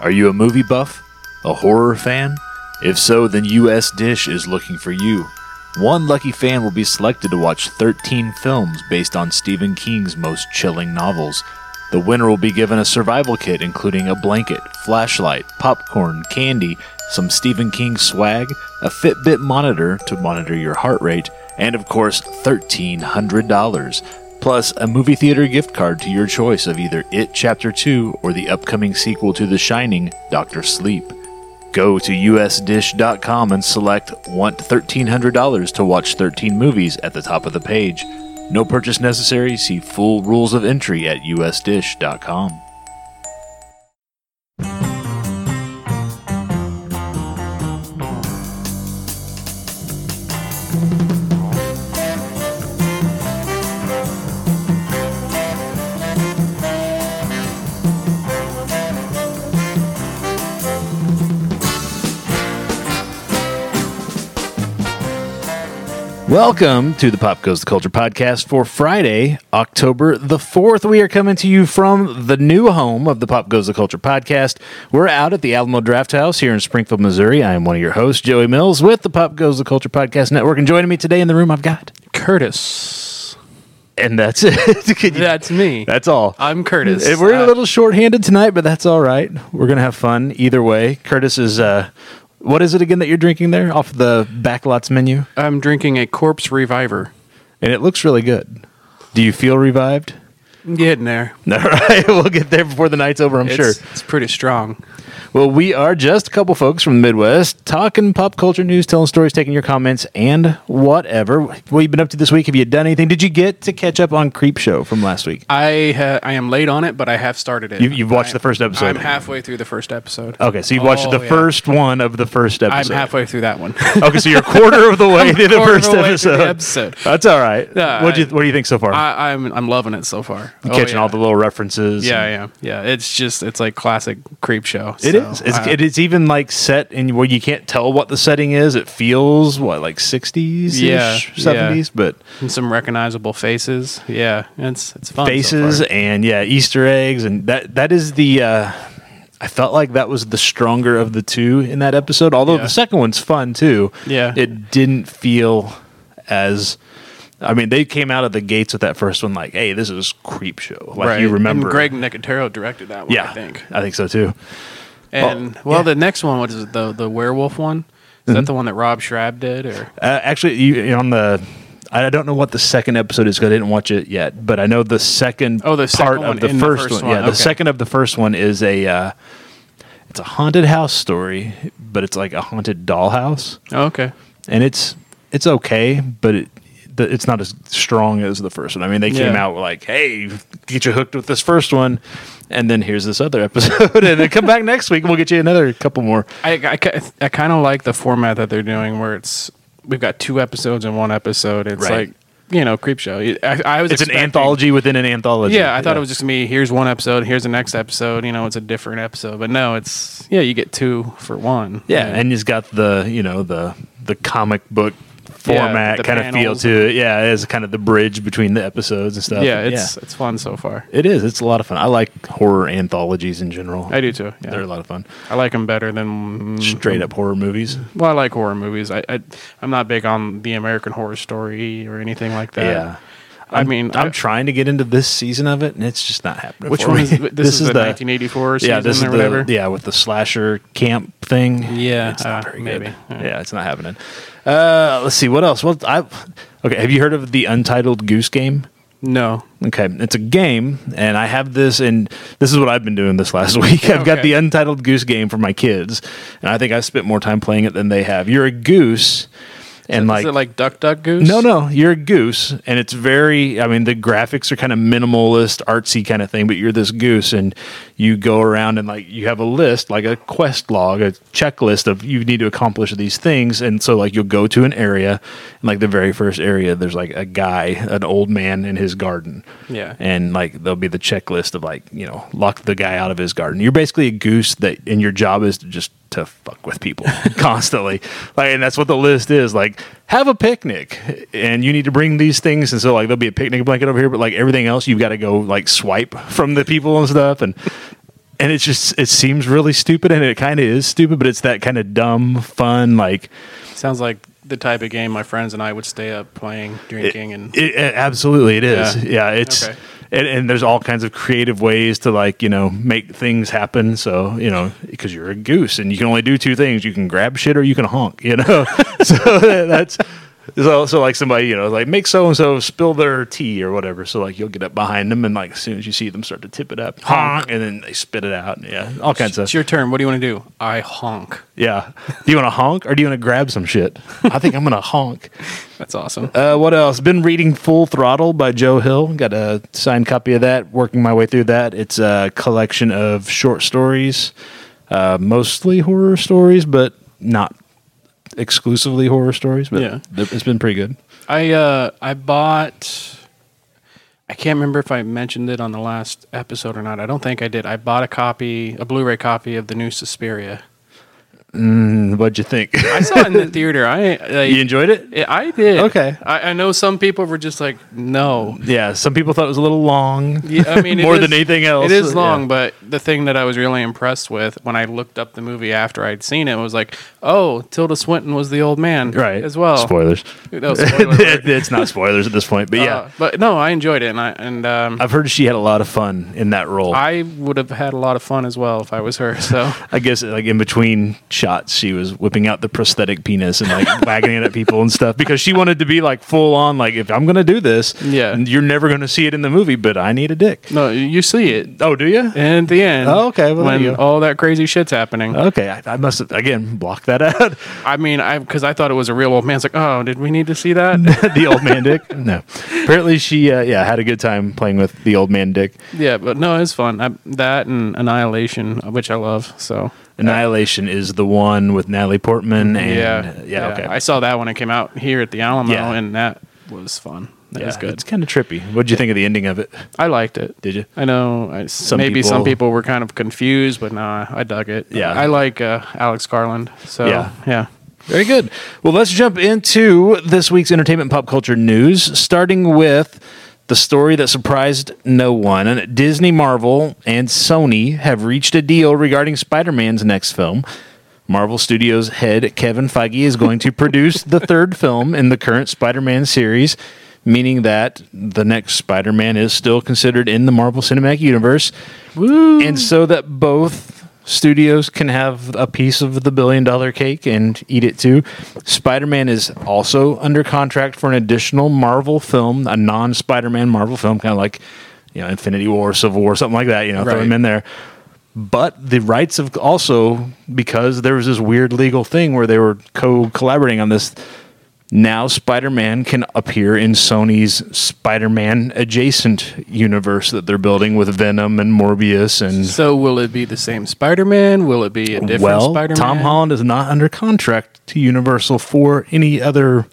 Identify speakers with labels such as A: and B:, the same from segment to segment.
A: Are you a movie buff? A horror fan? If so, then US Dish is looking for you. One lucky fan will be selected to watch 13 films based on Stephen King's most chilling novels. The winner will be given a survival kit including a blanket, flashlight, popcorn, candy, some Stephen King swag, a Fitbit monitor to monitor your heart rate, and of course, $1,300. Plus, a movie theater gift card to your choice of either It Chapter 2 or the upcoming sequel to The Shining, Doctor Sleep. Go to usdish.com and select Want $1,300 to watch 13 movies at the top of the page. No purchase necessary. See full rules of entry at usdish.com. Welcome to the Pop Goes the Culture podcast for Friday, October the 4th. We are coming to you from the new home of the Pop Goes the Culture podcast. We're out at the Alamo Draft House here in Springfield, Missouri. I am one of your hosts, Joey Mills, with the Pop Goes the Culture podcast network. And joining me today in the room, I've got.
B: Curtis.
A: And that's it. Can you-
B: That's me.
A: that's all.
B: I'm Curtis.
A: Eh, We're a
B: Uh,
A: little short-handed tonight, but that's all right. We're gonna have fun either way. Curtis is. Uh, what is it again that you're drinking there off the Backlots menu?
B: I'm drinking a Corpse Reviver.
A: And it looks really good. Do you feel revived?
B: I'm getting there.
A: All right, we'll get there before the night's over. I'm sure.
B: It's, it's pretty strong.
A: Well, we are just a couple folks from the Midwest talking pop culture news, telling stories, taking your comments, and whatever. What have you been up to this week? Have you done anything? Did you get to catch up on Creep Show from last week?
B: I ha- I am late on it, but I have started it.
A: You- you've watched
B: I-
A: the first episode.
B: I'm halfway through the first episode.
A: Okay, so you watched
B: Oh,
A: the
B: yeah.
A: first one of the first
B: I'm
A: episode.
B: halfway through that one.
A: Okay, so you're a quarter of the way through the
B: quarter
A: first
B: of the way
A: episode.
B: through the episode.
A: That's all right.
B: Yeah,
A: what do you
B: I-
A: What do you think so far?
B: I, I'm I'm loving it so far.
A: You
B: Oh,
A: Catching
B: yeah.
A: all the little references.
B: Yeah, I am. Yeah, it's just it's like classic creep show.
A: It is. It's,
B: It's,
A: it is even like set in where you can't tell what the setting is. It feels what like sixties,
B: Yeah,
A: yeah,
B: yeah.
A: seventies, but
B: some recognizable faces. Yeah, it's it's fun. so
A: faces
B: far.
A: and yeah, Easter eggs and that that is the. Uh, I felt like that was the stronger of the two in that episode. Although
B: Yeah.
A: the second one's fun too.
B: Yeah.
A: it didn't feel as. I mean, they came out of the gates with that first one like, "Hey, this is creep show." Like
B: Right.
A: you remember,
B: And Greg Nicotero directed that one.
A: Yeah,
B: I think.
A: so too.
B: And
A: Oh,
B: well,
A: yeah. Mm-hmm.
B: the next one was the the werewolf one. Is that the one that Rob Schrab did, or
A: Uh, actually, you, you know, on the. I I don't know what the second episode is because I didn't watch it yet, but I know the second
B: Oh, the
A: part
B: second one
A: of the
B: in
A: first,
B: the first
A: one.
B: one,
A: Yeah, the
B: okay.
A: second of the first one is a uh, it's a haunted house story, but it's like a haunted dollhouse,
B: oh, okay,
A: and it's it's okay, but it the- it's not as strong as the first one. I mean, they came
B: Yeah.
A: out like, "Hey, get you hooked with this first one," and then here's this other episode, and then come back next week and we'll get you another couple more.
B: I I, ki- I kind of like the format that they're doing, where it's we've got two episodes in one episode. It's
A: Right.
B: like you know, creep show. I, I was
A: It's an
B: expecting-
A: anthology within an anthology.
B: Yeah, I thought it was just me. Here's one episode. Here's the next episode. You know, it's a different episode, but no, it's yeah, you get two for one.
A: Yeah, and he's got the you know the the comic book format
B: the
A: kind of feel
B: panels.
A: to it. Yeah, it's kind of the bridge between the episodes and stuff.
B: yeah, it's it's fun so far.
A: it is. It's a lot of fun. I like horror anthologies in general.
B: I do too. Yeah. Mm-hmm.
A: They're a lot of fun.
B: I like them better than
A: Straight up horror movies.
B: Well, I like horror movies. I, I I'm not big on the American Horror Story or anything like that.
A: Yeah.
B: I mean,
A: I'm
B: I-
A: trying to get into this season of it, and it's just not happening.
B: which
A: for
B: one
A: me.
B: is this? is, the 1984 season
A: yeah, this is
B: or
A: the
B: whatever.
A: yeah with the slasher camp thing.
B: Yeah,
A: it's not
B: uh,
A: very
B: maybe.
A: good.
B: Yeah.
A: Yeah, it's not happening. Uh, let's see what else. Well, I okay. Have you heard of the Untitled Goose Game?
B: No,
A: Okay, it's a game, and I have this, and this is what I've been doing this last week. I've got
B: Okay.
A: the Untitled Goose Game for my kids, and I think I spent more time playing it than they have. You're a goose, and like,
B: is it like Duck Duck Goose?
A: no, no, you're a goose, and it's very. I mean, the graphics are kind of minimalist, artsy kind of thing, but you're this goose, and you go around and like you have a list, like a quest log, a checklist of you need to accomplish these things, and so like you'll go to an area, and like the very first area, there's like a guy, an old man in his garden,
B: Yeah.
A: and like there'll be the checklist of like you know lock the guy out of his garden. You're basically a goose that, and your job is to just to fuck with people constantly. Like, and that's what the list is. Like, have a picnic, and you need to bring these things. And so like there'll be a picnic blanket over here, but like everything else, you've got to go like swipe from the people and stuff. And and it's just it seems really stupid, and it kind of is stupid, but it's that kind of dumb, fun, like
B: Sounds like the type of game my friends and I would stay up playing,
A: it-
B: drinking, and
A: it, it- absolutely it is. Yeah, it's
B: Okay.
A: and, and there's all kinds of creative ways to like you know make things happen. So you know because you're a goose and you can only do two things: you can grab shit or you can honk. You know, so that's. There's also like somebody, you know, like make so and so spill their tea or whatever. So like you'll get up behind them and like as soon as you see them start to tip it up, honk, and then they spit it out. Yeah, all kinds of
B: it's your turn. What do you want to do? I honk.
A: yeah. Do you want to honk or do you want to grab some shit? I think I'm gonna honk.
B: That's awesome.
A: Uh, what else? Been reading Full Throttle by Joe Hill. Got a signed copy of that. Working my way through that. It's a collection of short stories, uh, mostly horror stories, but not exclusively horror stories. But
B: Yeah.
A: th- it's been pretty good.
B: I uh I bought I can't remember if I mentioned it on the last episode or not. I don't think I did. I bought a copy, a Blu-ray copy of the new Suspiria.
A: Hmm, What'd you think?
B: I saw it in the theater. I like,
A: you enjoyed it?
B: Yeah, I did.
A: Okay.
B: I, I know some people were just like, no.
A: Yeah. Some people thought it was a little long.
B: Yeah, I mean, it
A: More
B: is-
A: than anything else,
B: It
A: yeah.
B: is long, but the thing that I was really impressed with when I looked up the movie after I'd seen it was like, oh, Tilda Swinton was the old man,
A: Right.
B: As well.
A: Spoilers.
B: No, spoiler alert.
A: it's not spoilers at this point, but yeah.
B: Uh, but no, I enjoyed it, and I and um,
A: I've heard she had a lot of fun in that role.
B: I would have had a lot of fun as well if I was her. So
A: I guess like in between shots, she was whipping out the prosthetic penis and like wagging it at people and stuff because she wanted to be like full on. Like, if I'm gonna do this,
B: Yeah.
A: you're never gonna see it in the movie, but I need a dick.
B: no, you see it
A: Oh, do you?
B: and at the end.
A: Oh, okay, well, there you
B: when
A: go. Oh.
B: all that crazy shit's happening.
A: Okay, I, I must have, again block that out.
B: I mean, I because I thought it was a real old man. It's like, oh, did we need to see that?
A: the old man dick. No, apparently she uh, yeah had a good time playing with the old man dick.
B: yeah, but no, it's fun. I, that and Annihilation, which I love. So
A: Annihilation is the one with Natalie Portman and yeah,
B: yeah,
A: okay.
B: I saw that when it came out here at the Alamo,
A: Yeah.
B: and that was fun. That
A: Yeah,
B: was good.
A: It's kind of trippy. What would you think of the ending of it?
B: I liked it.
A: Did you?
B: I know I, some maybe
A: people-
B: some people were kind of confused, but nah, I dug it.
A: Yeah.
B: I like uh, Alex Garland. So
A: Yeah.
B: yeah.
A: Very good. Well, let's jump into this week's entertainment pop culture news, starting with the story that surprised no one. Disney, Marvel, and Sony have reached a deal regarding Spider Man's next film. Marvel Studios head Kevin Feige is going to produce the third film in the current Spider Man series, meaning that the next Spider Man is still considered in the Marvel Cinematic Universe. And so that both studios can have a piece of the billion dollar cake and eat it too. Spider Man is also under contract for an additional Marvel film, a non Spider Man Marvel film, kind of like you know Infinity War, Civil War, something like that. You know, throw
B: Right.
A: him in there. But the rights of also because there was this weird legal thing where they were co collaborating on this. Now Spider Man can appear in Sony's Spider Man adjacent universe that they're building with Venom and Morbius and
B: So will it be the same Spider-Man? Will it be a different
A: well,
B: Spider-Man?
A: Tom Holland is not under contract to Universal for any other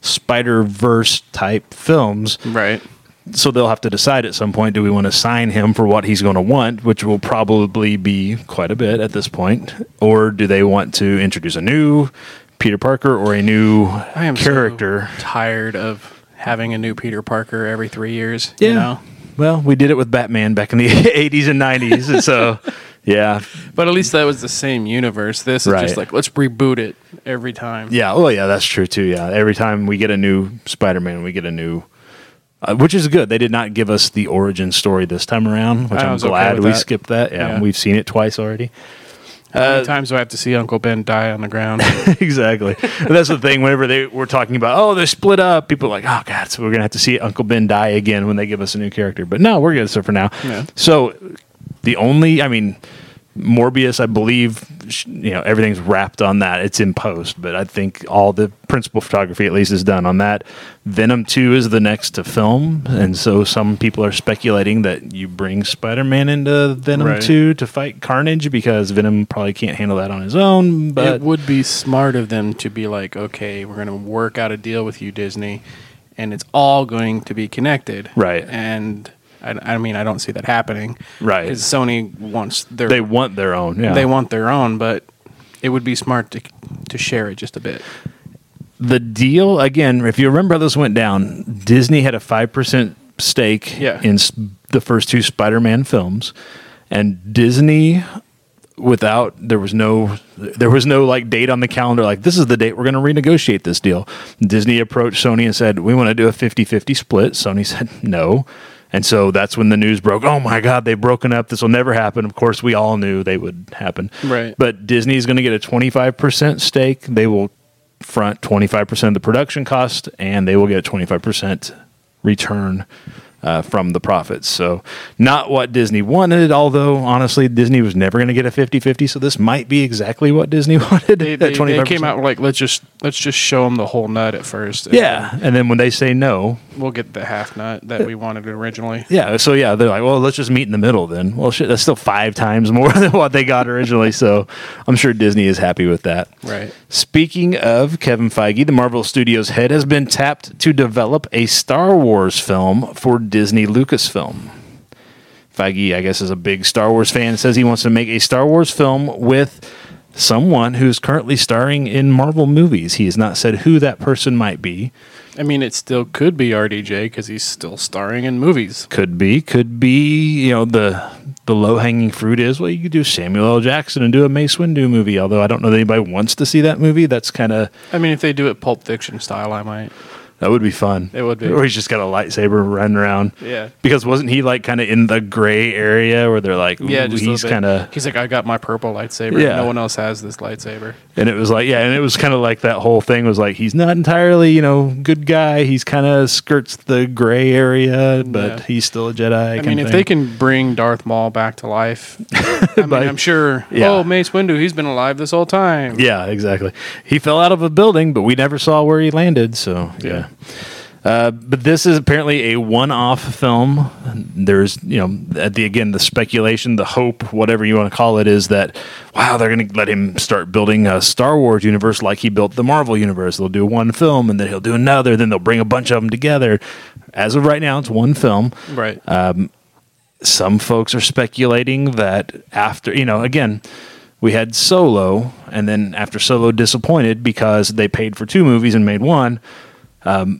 A: Spider Verse type films.
B: Right.
A: So they'll have to decide at some point do we want to sign him for what he's going to want, which will probably be quite a bit at this point, or do they want to introduce a new Peter Parker or a new
B: I am so
A: character?
B: tired of having a new Peter Parker every three years.
A: yeah.
B: You know?
A: Well, we did it with Batman back in the 80s and 90s. And so, yeah.
B: But at least that was the same universe. This is
A: Right.
B: just like let's reboot it every time.
A: Yeah. Oh, yeah. That's true too. Yeah. Every time we get a new Spider-Man, we get a new, uh, which is good. They did not give us the origin story this time around, which
B: I
A: I'm
B: was okay
A: glad
B: with
A: we
B: that.
A: skipped that. Yeah,
B: Yeah.
A: We've seen it twice already.
B: How
A: Uh,
B: many times do I have to see Uncle Ben die on the ground?
A: exactly. And that's the thing. Whenever they were talking about, oh, they're split up, people are like, oh, God, so we're going to have to see Uncle Ben die again when they give us a new character. But no, we're good. So for now.
B: Yeah.
A: So the only, I mean, Morbius, I believe, sh- you know, everything's wrapped on that. It's in post, but I think all the principal photography, at least, is done on that. Venom 2 is the next to film. And so some people are speculating that you bring Spider Man into Venom
B: Right.
A: 2 to fight Carnage because Venom probably can't handle that on his own. But
B: it would be smart of them to be like, okay, we're going to work out a deal with you, Disney, and it's all going to be connected.
A: Right.
B: And I, I mean, I don't see that happening.
A: Right.
B: Because Sony wants their
A: they want their own. Yeah.
B: they want their own, but it would be smart to to share it just a bit.
A: the deal again. If you remember how this went down, Disney had a five percent stake
B: Yeah.
A: in s- the first two Spider-Man films, and Disney without there was no there was no like date on the calendar like this is the date we're going to renegotiate this deal disney approached sony and said we want to do a 50-50 split sony said no and so that's when the news broke oh my god they've broken up this will never happen of course we all knew they would happen
B: Right.
A: but disney's going to get a 25% stake they will front 25% of the production cost and they will get a 25% return uh, from the profits. So, not what Disney wanted, although honestly, Disney was never going to get a 50 50. So, this might be exactly what Disney wanted.
B: They,
A: at
B: they, they
A: 25%.
B: came out like let's just let's just show them the whole nut at first. and
A: Yeah. And then when they say no,
B: we'll get the half nut that we wanted originally.
A: yeah. So, yeah, they're like, well, let's just meet in the middle then. Well, shit, that's still five times more than what they got originally. so, I'm sure Disney is happy with that.
B: Right.
A: Speaking of Kevin Feige, the Marvel Studios head has been tapped to develop a Star Wars film for Disney Lucasfilm. Feige, I guess, is a big Star Wars fan. Says he wants to make a Star Wars film with someone who is currently starring in Marvel movies. He has not said who that person might be.
B: I mean, it still could be RDJ because he's still starring in movies.
A: Could be, could be. You know, the the low hanging fruit is well, you could do Samuel L. Jackson and do a Mace Windu movie. Although I don't know that anybody wants to see that movie. That's kind of
B: I mean, if they do it Pulp Fiction style, I might.
A: That would be fun.
B: It would be.
A: Or he's just got a lightsaber running around.
B: Yeah.
A: Because wasn't he like kind of in the gray area where they're like,
B: Yeah,
A: yeah,
B: just
A: he's kind of,
B: He's like, I got my purple lightsaber.
A: Yeah.
B: No one else has this lightsaber.
A: and it was like, yeah, and it was kind of like that whole thing was like, he's not entirely, you know, good guy. He's kind of skirts the gray area, but
B: Yeah.
A: he's still a Jedi.
B: I mean, if they can bring Darth Maul back to life, I mean,
A: By-
B: I'm sure.
A: Yeah.
B: Oh, Mace Windu, he's been alive this whole time.
A: Yeah, exactly. He fell out of a building, but we never saw where he landed. So
B: Yeah.
A: yeah. Uh, but this is apparently a one-off film. There's, you know, at the again the speculation, the hope, whatever you want to call it, is that wow, they're going to let him start building a Star Wars universe like he built the Marvel universe. They'll do one film, and then he'll do another. Then they'll bring a bunch of them together. As of right now, it's one film
B: Right.
A: Uh. some folks are speculating that after you know again we had solo and then after solo disappointed because they paid for two movies and made one um,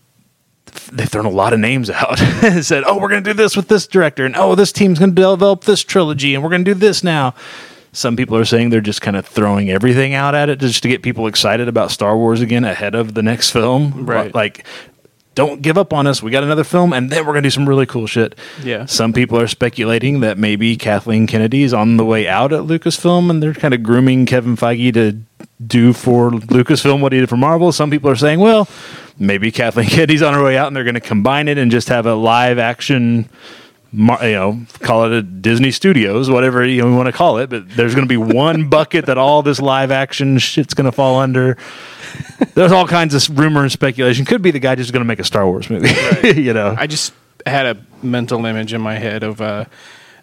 A: they've thrown a lot of names out and said oh we're going to do this with this director and oh this team's going to develop this trilogy and we're going to do this now some people are saying they're just kind of throwing everything out at it just to get people excited about star wars again ahead of the next film
B: Right.
A: like don't give up on us we got another film and then we're going to do some really cool shit
B: Yeah.
A: some people are speculating that maybe Kathleen Kennedy is on the way out at Lucasfilm and they're kind of grooming Kevin Feige to do for Lucasfilm what he did for Marvel. Some people are saying, well, maybe Kathleen Kennedy's on her way out and they're going to combine it and just have a live action, mar- you know, call it a Disney Studios, whatever you want to call it. But there's going to be one bucket that all this live action shit's going to fall under. There's all kinds of rumor and speculation. Could be the guy just going to make a Star Wars movie, you know.
B: I just had a mental image in my head of uh,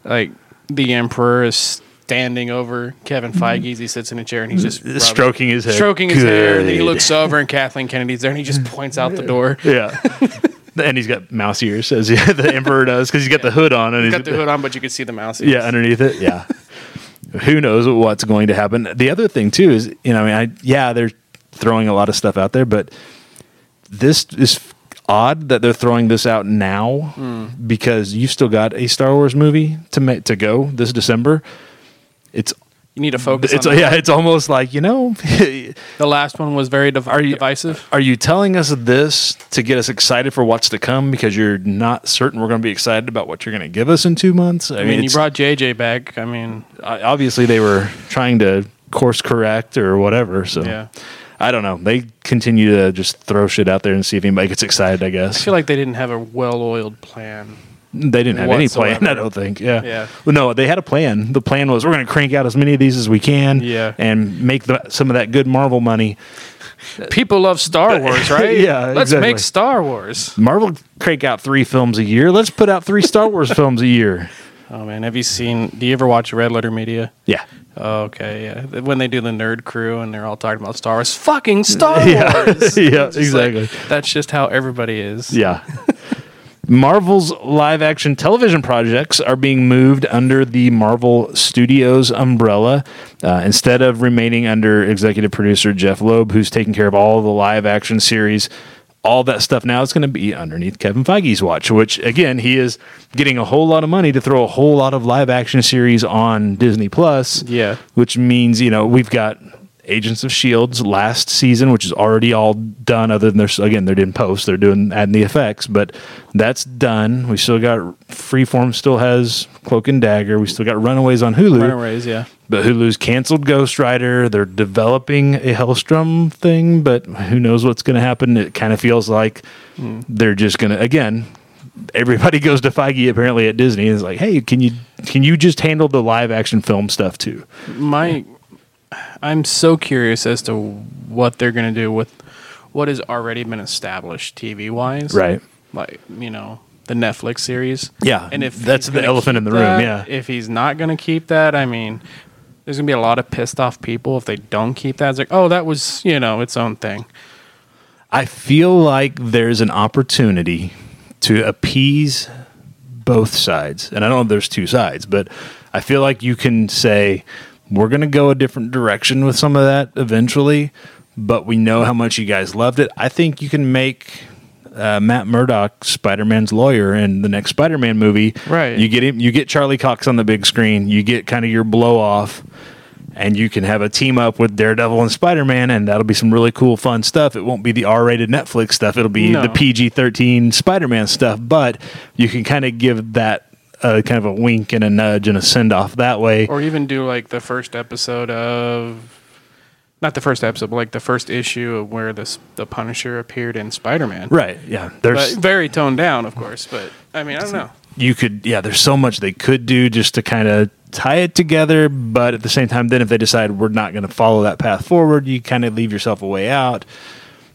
B: like the Emperor is standing over Kevin Feige. as He sits in a chair and he's just rubbing-
A: Mm-hmm. Stroking his hair.
B: stroking his hair. And then he
A: Good.
B: looks over and Kathleen Kennedy's there and he just points out the door.
A: Yeah. and he's got mouse ears, as the emperor does, because he's got the hood on and he's
B: Got the hood on, but you could see the mouse. ears.
A: yeah underneath it. Yeah. Who knows what's going to happen? The other thing too is you know I mean I yeah they're throwing a lot of stuff out there, but this is odd that they're throwing this out now because you've still got a Star Wars movie to ma- to go this December. It's
B: You need to focus
A: it's
B: on that.
A: yeah it's almost like you know
B: The last one was very div- divisive.
A: Are you telling us this to get us excited for what's to come because you're not certain we're going to be excited about what you're going to give us in two months? I,
B: I mean, you
A: it's-
B: brought JJ back. I mean,
A: I- obviously they were trying to course correct or whatever. So
B: Yeah.
A: I don't know. They continue to just throw shit out there and see if anybody gets excited. I
B: I
A: guess
B: feel like they didn't have a well-oiled plan.
A: they didn't have any plan.
B: whatsoever.
A: I don't think. Yeah.
B: Yeah.
A: Well, no, they had a plan. The plan was we're going to crank out as many of these as we can.
B: Yeah.
A: And make the, some of that good Marvel money.
B: People love Star Wars, right?
A: Yeah,
B: Let's
A: exactly.
B: make Star Wars.
A: Marvel crank out three films a year. Let's put out three Star Wars films a year.
B: Oh man, have you seen? Do you ever watch Red Letter Media?
A: Yeah.
B: Oh, okay, yeah. When they do the nerd crew and they're all talking about Star Wars, fucking Star Wars.
A: yeah,
B: It's like, that's just how everybody is.
A: yeah. Marvel's live action television projects are being moved under the Marvel Studios umbrella uh, instead of remaining under executive producer Jeff Loeb, who's taking care of all the live action series. all that stuff now is going to be underneath Kevin Feige's watch, which again, he is getting a whole lot of money to throw a whole lot of live action series on Disney Plus.
B: Yeah.
A: Which means, you know, we've got Agents of Shields E last season, which is already all done. Other than there's again, they're doing posts, they're doing adding the effects, but that's done. We still got Freeform, still has Cloak and Dagger. We still got Runaways on Hulu,
B: Runaways, yeah.
A: but Hulu's canceled Ghost Rider. They're developing a Hellstrom thing, but who knows what's going to happen? It kind of feels like they're just going to again. Everybody goes to Feige apparently at Disney and is like, "Hey, can you can you just handle the live action film stuff too?"
B: My, I'm so curious as to what they're going to do with what has already been established TV wise.
A: Right.
B: Like, you know, the Netflix series.
A: Yeah,
B: And if
A: that's
B: he's
A: the
B: gonna
A: elephant in
B: keep
A: the room,
B: that,
A: yeah.
B: If he's not going to keep that, I mean, there's going to be a lot of pissed off people if they don't keep that. It's like, oh, that was, you know, its own thing.
A: I feel like there's an opportunity to appease both sides. And I don't know if there's two sides, but I feel like you can say, we're going to go a different direction with some of that eventually, but we know how much you guys loved it. I think you can make uh, Matt Murdock, Spider Man's lawyer, in the next Spider Man movie.
B: Right.
A: You get him, you get Charlie Cox on the big screen, you get kind of your blow off and you can have a team up with Daredevil and Spider Man, and that'll be some really cool, fun stuff. It won't be the R rated Netflix stuff, it'll be
B: No.
A: the PG 13 Spider Man stuff, but you can kind of give that uh, kind of a wink and a nudge and a send off that way.
B: Or even do like the first episode of. Not the first episode, but like the first issue of where this the Punisher appeared in Spider Man.
A: Right, yeah. There's
B: But very toned down, of course. But I mean, I don't know.
A: you could yeah there's so much they could do just to kind of tie it together but at the same time then if they decide we're not going to follow that path forward you kind of leave yourself a way out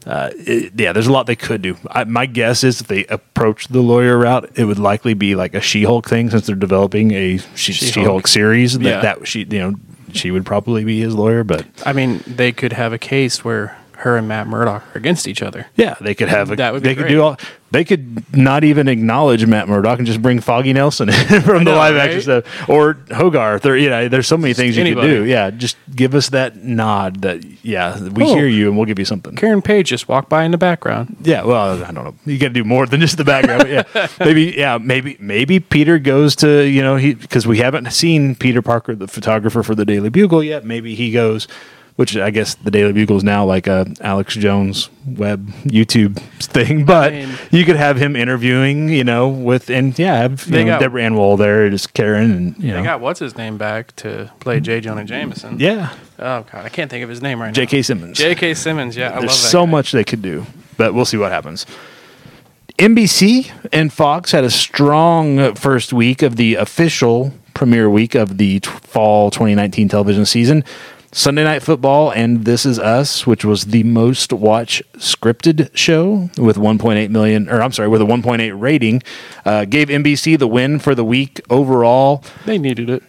A: uh, it- yeah there's a lot they could do I, my guess is if they approach the lawyer route it would likely be like a she-hulk thing since they're developing a she-
B: She-Hulk.
A: she-hulk series that,
B: Yeah.
A: that she you know she would probably be his lawyer but
B: I mean, they could have a case where her and Matt Murdock are against each other.
A: yeah they could have a,
B: That would be
A: they could
B: great.
A: do all they could not even acknowledge Matt Murdock and just bring Foggy Nelson in from the
B: know,
A: live
B: right?
A: action stuff or Hogarth or you know there's so many things you
B: anybody.
A: could do yeah just give us that nod that yeah we
B: Oh.
A: hear you and we'll give you something
B: Karen Page just walked by in the background.
A: yeah well I don't know you got to do more than just the background but yeah maybe yeah maybe maybe Peter goes to you know he because we haven't seen Peter Parker the photographer for the Daily Bugle yet maybe he goes. Which I guess the Daily Bugle is now like a Alex Jones web YouTube thing, but
B: mean-
A: you could have him interviewing, you know, with and yeah, have you
B: They
A: know,
B: got-
A: Deborah Ann Woll there, just Karen, and you know,
B: They got what's his name back to play J. Jonah Jameson.
A: Hmm. yeah,
B: Oh God, I can't think of his name right now.
A: J.K. Simmons.
B: J.K. Simmons. Yeah, I love that.
A: There's so
B: guy.
A: much they could do, but we'll see what happens. NBC and Fox had a strong first week of the official premiere week of the t- fall 2019 television season. Sunday Night Football and This Is Us, which was the most watch scripted show with 1.8 million, or I'm sorry, with a 1.8 rating, uh, gave NBC the win for the week overall
B: They needed it.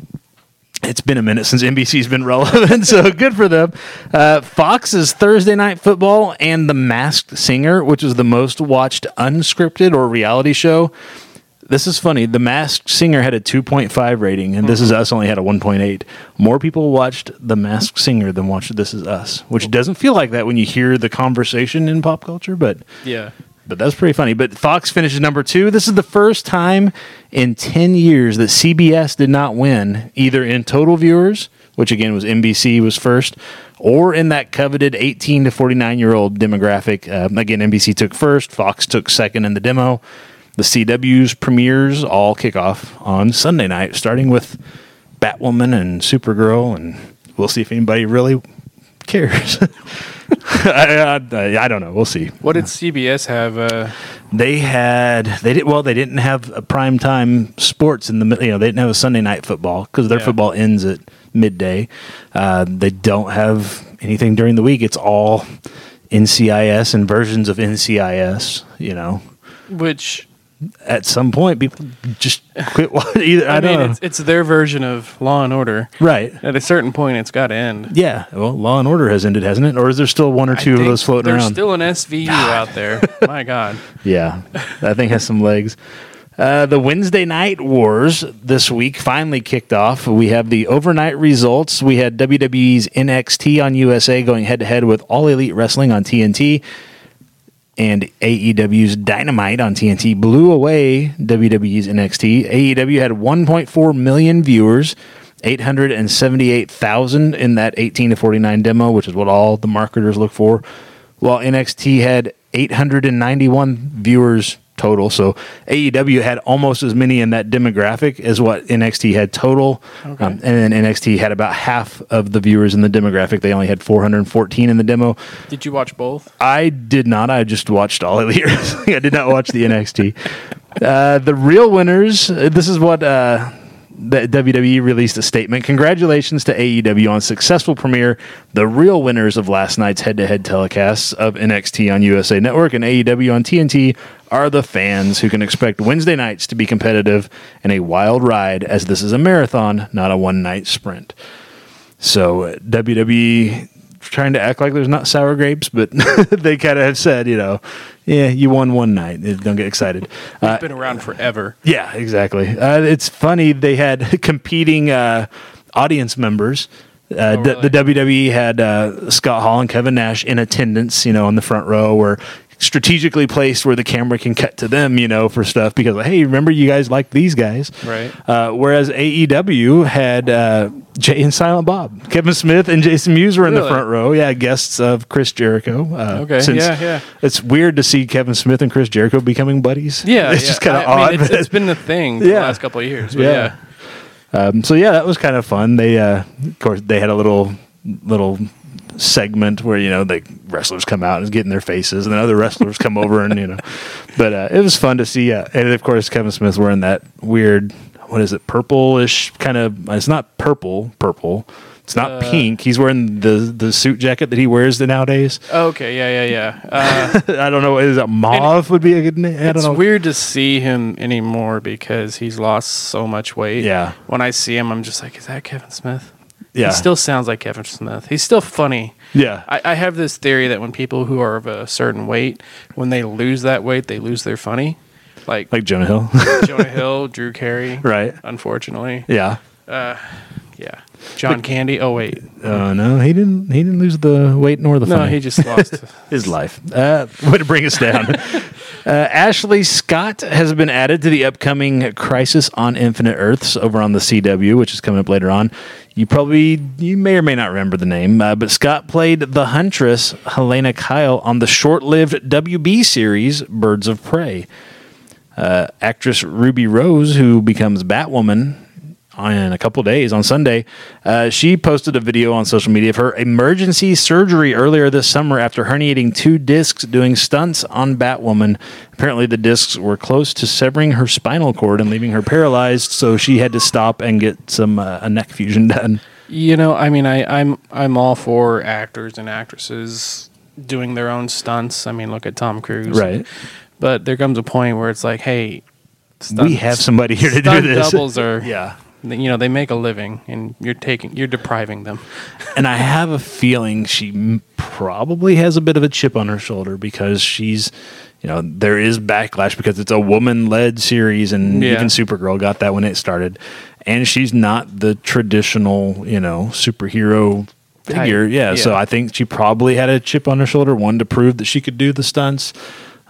A: it's been a minute since NBC's been relevant, so good for them. Uh, Fox's Thursday Night Football and The Masked Singer, which is the most watched unscripted or reality show. This is funny. The Masked Singer had a 2.5 rating, and This Is Us only had a 1.8. More people watched The Masked Singer than watched This Is Us, which doesn't feel like that when you hear the conversation in pop culture, but
B: Yeah.
A: but that's pretty funny. But Fox finishes number two. This is the first time in 10 years that CBS did not win, either in total viewers, which again was NBC was first, or in that coveted 18 to 49 year old demographic. Um, again, NBC took first, Fox took second in the demo. The CW's premieres all kick off on Sunday night, starting with Batwoman and Supergirl, and we'll see if anybody really cares. I, I, I don't know. We'll see.
B: What did CBS have? Uh,
A: They had they did well. They didn't have a prime time sports in the mid- you know they didn't have a Sunday night football because their
B: Yeah.
A: football ends at midday. Uh, they don't have anything during the week. It's all NCIS and versions of NCIS. You know,
B: which
A: at some point people just quit. wa- Either I,
B: I,
A: don't
B: mean,
A: know.
B: it's, it's their version of Law and Order.
A: right.
B: At a certain point, it's got to end.
A: Yeah. Well, Law and Order has ended, hasn't it? Or is there still one or two
B: I
A: of
B: think
A: those floating
B: There's
A: around?
B: still an SVU out there. My God.
A: Yeah, that thing has some legs. Uh, the Wednesday night wars this week finally kicked off. We have the overnight results. We had WWE's NXT on USA going head to head with All Elite Wrestling on TNT. and AEW's Dynamite on TNT blew away WWE's NXT. AEW E had 1.4 million viewers, 878,000 in that 18 to 49 demo, which is what all the marketers look for, while NXT had 891 viewers total. So AEW had almost as many in that demographic as what NXT had total. Um, and then NXT had about half of the viewers in the demographic. They only had 414 in the demo.
B: Did you watch both?
A: I did not. I just watched all of the years. I did not watch the NXT. Uh, the real winners. uh, This is what uh, the WWE E released a statement. Congratulations to AEW on successful premiere. The real winners of last night's head-to-head telecasts of NXT on USA Network and AEW on TNT are the fans who can expect Wednesday nights to be competitive and a wild ride, as this is a marathon, not a one-night sprint. So uh, WWE trying to act like there's not sour grapes, but they kind of have said, you know, yeah, you won one night. Don't get excited. Uh,
B: It's been around forever.
A: yeah, exactly. Uh, it's funny they had competing uh, audience members. Uh,
B: Oh,
A: the-
B: really?
A: The WWE had uh, Scott Hall and Kevin Nash in attendance, you know, in the front row or strategically placed where the camera can cut to them, you know, for stuff because, hey, remember you guys like these guys.
B: Right.
A: Uh, whereas AEW had uh, Jay and Silent Bob. Kevin Smith and Jason Mewes were in the
B: Really?
A: front row. Yeah, guests of Chris Jericho. Uh,
B: Okay, yeah, yeah.
A: It's weird to see Kevin Smith and Chris Jericho becoming buddies.
B: Yeah,
A: It's
B: yeah.
A: just kind of
B: I- I mean,
A: odd.
B: it's-
A: but-
B: it's been the thing for the
A: Yeah.
B: last couple of years. But
A: Yeah.
B: yeah.
A: Um, so yeah, that was kind of fun. They uh, of course they had a little little segment where you know the wrestlers come out and get in their faces, and then other wrestlers come over and you know. But uh, it was fun to see. Uh, and of course, Kevin Smith wearing that weird what is it purplish kind of. It's not purple, purple. It's not
B: Uh,
A: pink. He's wearing the the suit jacket that he wears nowadays.
B: Oh, Okay. Yeah. Yeah. Yeah. Uh,
A: I don't know. Is it mauve would be a good name? I don't
B: it's
A: know.
B: weird to see him anymore because he's lost so much weight.
A: Yeah.
B: When I see him, I'm just like, is that Kevin Smith?
A: Yeah.
B: He still sounds like Kevin Smith. He's still funny.
A: Yeah.
B: I, I have this theory that when people who are of a certain weight, when they lose that weight, they lose their funny. Like,
A: like Jonah Hill,
B: Jonah Hill, Drew Carey.
A: right?
B: Unfortunately.
A: Yeah.
B: Yeah. John Candy. Oh, wait.
A: Uh, no, he didn't. He didn't lose the weight nor the.
B: No,
A: funny.
B: he just lost.
A: his life. Uh, way to bring us down. uh, Ashley Scott has been added to the upcoming Crisis on Infinite Earths over on the CW, which is coming up later on. You probably, you may or may not remember the name, uh, but Scott played the Huntress Helena Kyle on the short-lived WB series Birds of Prey. Uh, actress Ruby Rose, who becomes Batwoman in a couple days on Sunday, uh, she posted a video on social media of her emergency surgery earlier this summer after herniating two discs doing stunts on Batwoman. Apparently, the discs were close to severing her spinal cord and leaving her paralyzed, so she had to stop and get some uh, a neck fusion done.
B: You know, I mean, I, I'm I'm all for actors and actresses doing their own stunts. I mean, look at Tom Cruise,
A: Right.
B: But there comes a point where it's like, hey, stunt,
A: We have somebody here to do
B: stunt
A: this.
B: doubles are,
A: Yeah.
B: you know, they make a living, and you're taking, you're depriving them.
A: and I have a feeling she m- probably has a bit of a chip on her shoulder because she's, you know, there is backlash because it's a woman-led series, and
B: Yeah.
A: even Supergirl got that when it started, and she's not the traditional, you know, superhero figure.
B: Type,
A: Yeah, so
B: yeah.
A: I think she probably had a chip on her shoulder, one to prove that she could do the stunts.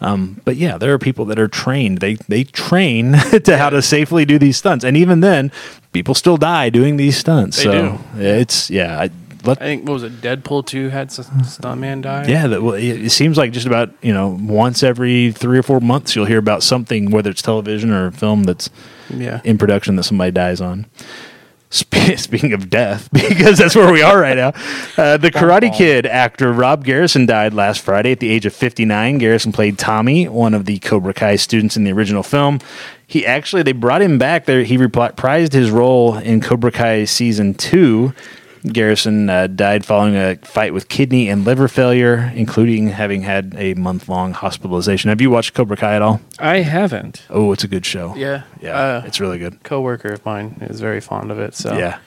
A: Um, but yeah, there are people that are trained. They they train to how to safely do these stunts, and even then, people still die doing these stunts.
B: They
A: so
B: do.
A: yeah, it's yeah. I, let,
B: I think what was it, Deadpool two had s- stuntman die.
A: yeah, that, well, it, it seems like just about you know once every three or four months you'll hear about something, whether it's television or a film that's
B: yeah.
A: in production that somebody dies on. Spe- Speaking of death, because that's where we are right now, uh, the Karate Kid actor Rob Garrison died last Friday at the age of 59. Garrison played Tommy, one of the Cobra Kai students in the original film. He actually, they brought him back there. He reprised his role in Cobra Kai season two. Garrison uh, died following a fight with kidney and liver failure, including having had a month long hospitalization. Have you watched Cobra Kai at all?
B: I haven't.
A: Oh, it's a good show.
B: Yeah.
A: Yeah.
B: Uh,
A: it's really good.
B: Coworker of mine is very fond of it. So
A: Yeah.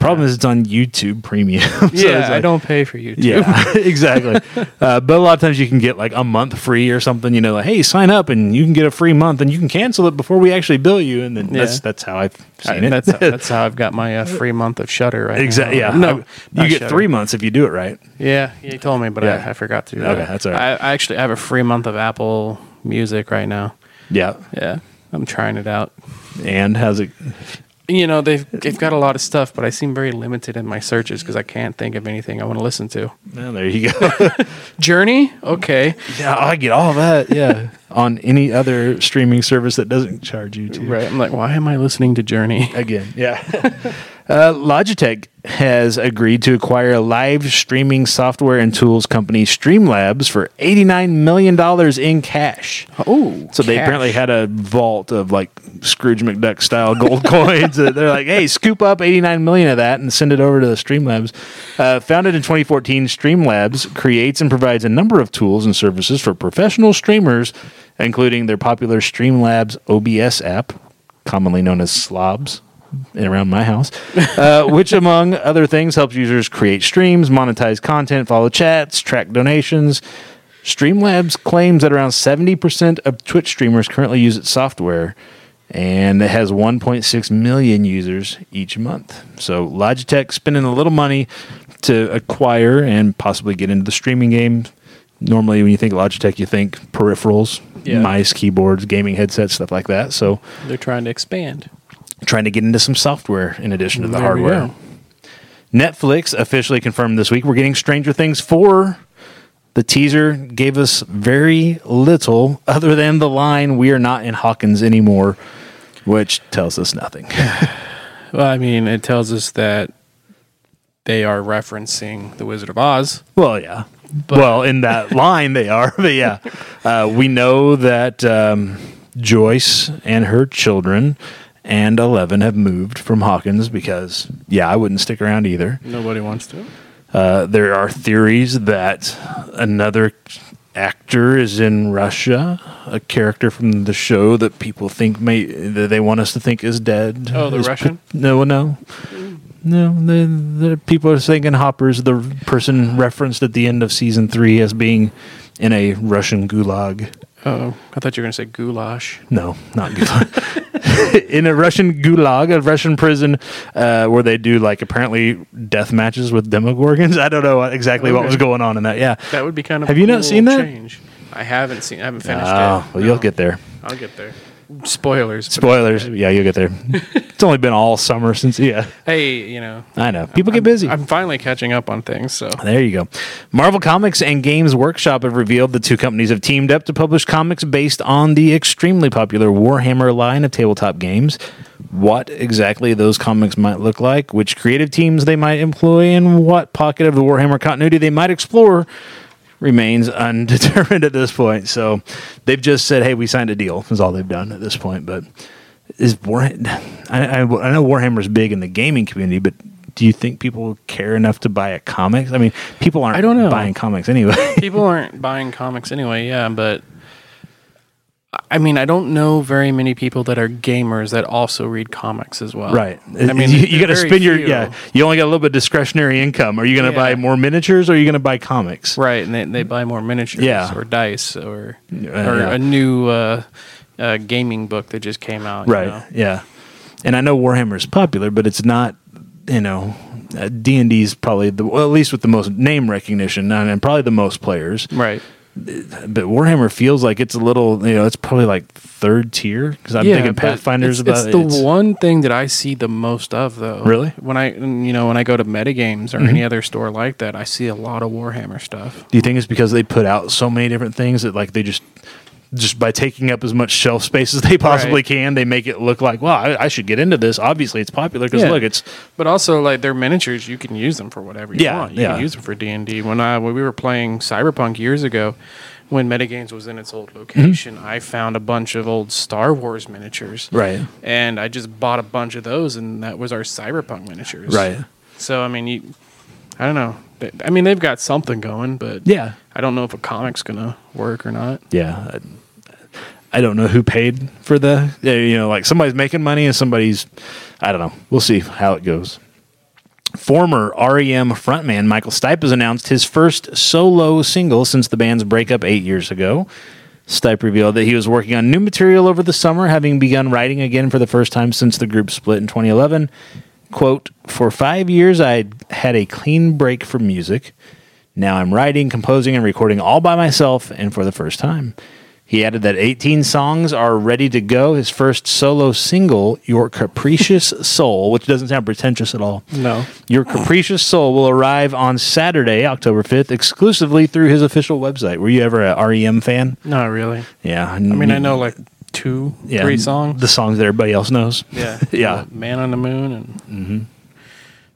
A: Problem is, it's on YouTube Premium. so it's
B: yeah. I
A: like-
B: don't pay for YouTube.
A: Yeah, exactly. uh, but a lot of times you can get like a month free or something. You know, like hey, sign up and you can get a free month, and you can cancel it before we actually bill you. And then that's
B: Yeah.
A: that's how I Seen it.
B: That's how, that's how I've got my uh, free month of Shutter right
A: Exactly.
B: now.
A: Yeah.
B: No,
A: I-
B: not
A: you get
B: Shudder.
A: three months if you do it right.
B: Yeah, you told me, but
A: Yeah.
B: I, I forgot to. Do
A: Okay,
B: that.
A: that's all right.
B: I, I actually have a free month of Apple Music right now.
A: Yeah.
B: Yeah, I'm trying it out.
A: And how's it?
B: You know, they've they've got a lot of stuff, but I seem very limited in my searches because I can't think of anything I want to listen to.
A: Well, there you go.
B: Journey, okay,
A: yeah, I get all that. Yeah. On any other streaming service that doesn't charge you to.
B: right? I'm like, why am I listening to Journey?
A: again. Yeah. uh, Logitech has agreed to acquire live streaming software and tools company Streamlabs for $89 million in cash.
B: Oh,
A: So they apparently had a vault of like Scrooge McDuck style gold coins. that They're like, hey, scoop up 89 million of that and send it over to the Streamlabs. Uh, founded in 2014, Streamlabs creates and provides a number of tools and services for professional streamers, including their popular Streamlabs OBS app, commonly known as Slobs. And around my house, uh, which among other things helps users create streams, monetize content, follow chats, track donations, Streamlabs claims that around 70% of Twitch streamers currently use its software, and it has 1.6 million users each month. So Logitech spending a little money to acquire and possibly get into the streaming game. Normally, when you think Logitech, you think peripherals,
B: Yeah.
A: mice, keyboards, gaming headsets, stuff like that. So,
B: they're trying to expand.
A: trying to get into some software in addition to the
B: There we
A: hardware.
B: go.
A: Netflix officially confirmed this week we're getting Stranger Things 4. The teaser gave us very little other than the line, We are not in Hawkins anymore, which tells us nothing.
B: Well, I mean, it tells us that they are referencing The Wizard of Oz.
A: well, yeah. well, in that line, they are. But yeah, uh, we know that um, Joyce and her children and 11 have moved from Hawkins because, yeah, I wouldn't stick around either.
B: Nobody wants to.
A: Uh, there are theories that another actor is in Russia, a character from the show that people think may that they want us to think is dead.
B: Oh, the
A: Is
B: Russian?
A: pot- no, no, no. The, the people are thinking Hopper's the person referenced at the end of season three as being in a Russian gulag.
B: Oh, I thought you were going to say goulash.
A: No, not gulag. in a Russian gulag, a Russian prison, uh, where they do like apparently death matches with demogorgons. I don't know what- exactly what
B: Okay.
A: was going on in that. Yeah.
B: That would be kind of.
A: Have you not
B: cool
A: seen that?
B: Change. I haven't seen. I haven't finished
A: Oh,
B: it.
A: well,
B: No.
A: you'll get there.
B: I'll get there. Spoilers. but-
A: Spoilers. Yeah, you'll get there. it's only been all summer since. Yeah,
B: Hey, you know.
A: I know. People
B: I'm-
A: get busy.
B: I'm finally catching up on things. So
A: There you go. Marvel Comics and Games Workshop have revealed the two companies have teamed up to publish comics based on the extremely popular Warhammer line of tabletop games. What exactly those comics might look like, which creative teams they might employ, and what pocket of the Warhammer continuity they might explore remains undetermined at this point. So they've just said, hey, we signed a deal, is all they've done at this point. But is War? I, I, I know Warhammer's big in the gaming community, but do you think people care enough to buy a comics? I mean, people aren't
B: I don't know.
A: buying comics anyway.
B: people aren't buying comics anyway. Yeah, but I mean, I don't know very many people that are gamers that also read comics as well.
A: right.
B: I mean,
A: you,
B: they're
A: got to
B: very
A: spend your
B: few.
A: yeah. You only got a little bit of discretionary income. Are you going to buy
B: Yeah.
A: more miniatures or are you going to buy comics?
B: Right, and they, they buy more miniatures
A: Yeah.
B: or dice or or
A: yeah.
B: a new uh, uh, gaming book that just came out. you
A: Right.
B: know.
A: Yeah. And I know Warhammer is popular, but it's not, you know, uh, D and D is probably the well, at least with the most name recognition and, and probably the most players.
B: Right.
A: But Warhammer feels like it's a little, you know, it's probably like third tier because I'm thinking
B: but
A: Pathfinder's
B: it's, it's
A: about
B: the one thing that I see the most of though.
A: Really? Mm-hmm.
B: When I you know when I go to metagames or any other store like that, I see a lot of Warhammer stuff.
A: Do you think it's because they put out so many different things that like they just just by taking up as much shelf space as they possibly
B: Right.
A: can, they make it look like, wow, I, I should get into this. Obviously, it's popular because
B: Yeah.
A: look, it's
B: But also, like their miniatures, you can use them for whatever you
A: Yeah,
B: want. You
A: yeah.
B: can use them for D and D. When I when we were playing Cyberpunk years ago, when Metagames was in its old
A: Mm-hmm.
B: location, I found a bunch of old Star Wars miniatures.
A: Right.
B: And I just bought a bunch of those, and that was our Cyberpunk miniatures.
A: Right.
B: So I mean, you, I don't know. They- I mean, they've got something going, but
A: Yeah.
B: I don't know if a comic's gonna work or not.
A: yeah. I, I don't know who paid for the, yeah, you know, like somebody's making money and somebody's, I don't know. We'll see how it goes. Former REM frontman Michael Stipe has announced his first solo single since the band's breakup eight years ago. Stipe revealed that he was working on new material over the summer, having begun writing again for the first time since the group split in 2011. Quote, For five years, I had a clean break from music. Now I'm writing, composing, and recording all by myself and for the first time. He added that 18 songs are ready to go. His first solo single, Your Capricious Soul, which doesn't sound pretentious at all.
B: No.
A: Your Capricious Soul will arrive on Saturday, October 5th, exclusively through his official website. Were you ever a REM fan?
B: Not really.
A: Yeah.
B: I mean, I know like two, three songs.
A: The songs that everybody else knows.
B: yeah.
A: Yeah. Mm-hmm.
B: Man on the Moon. and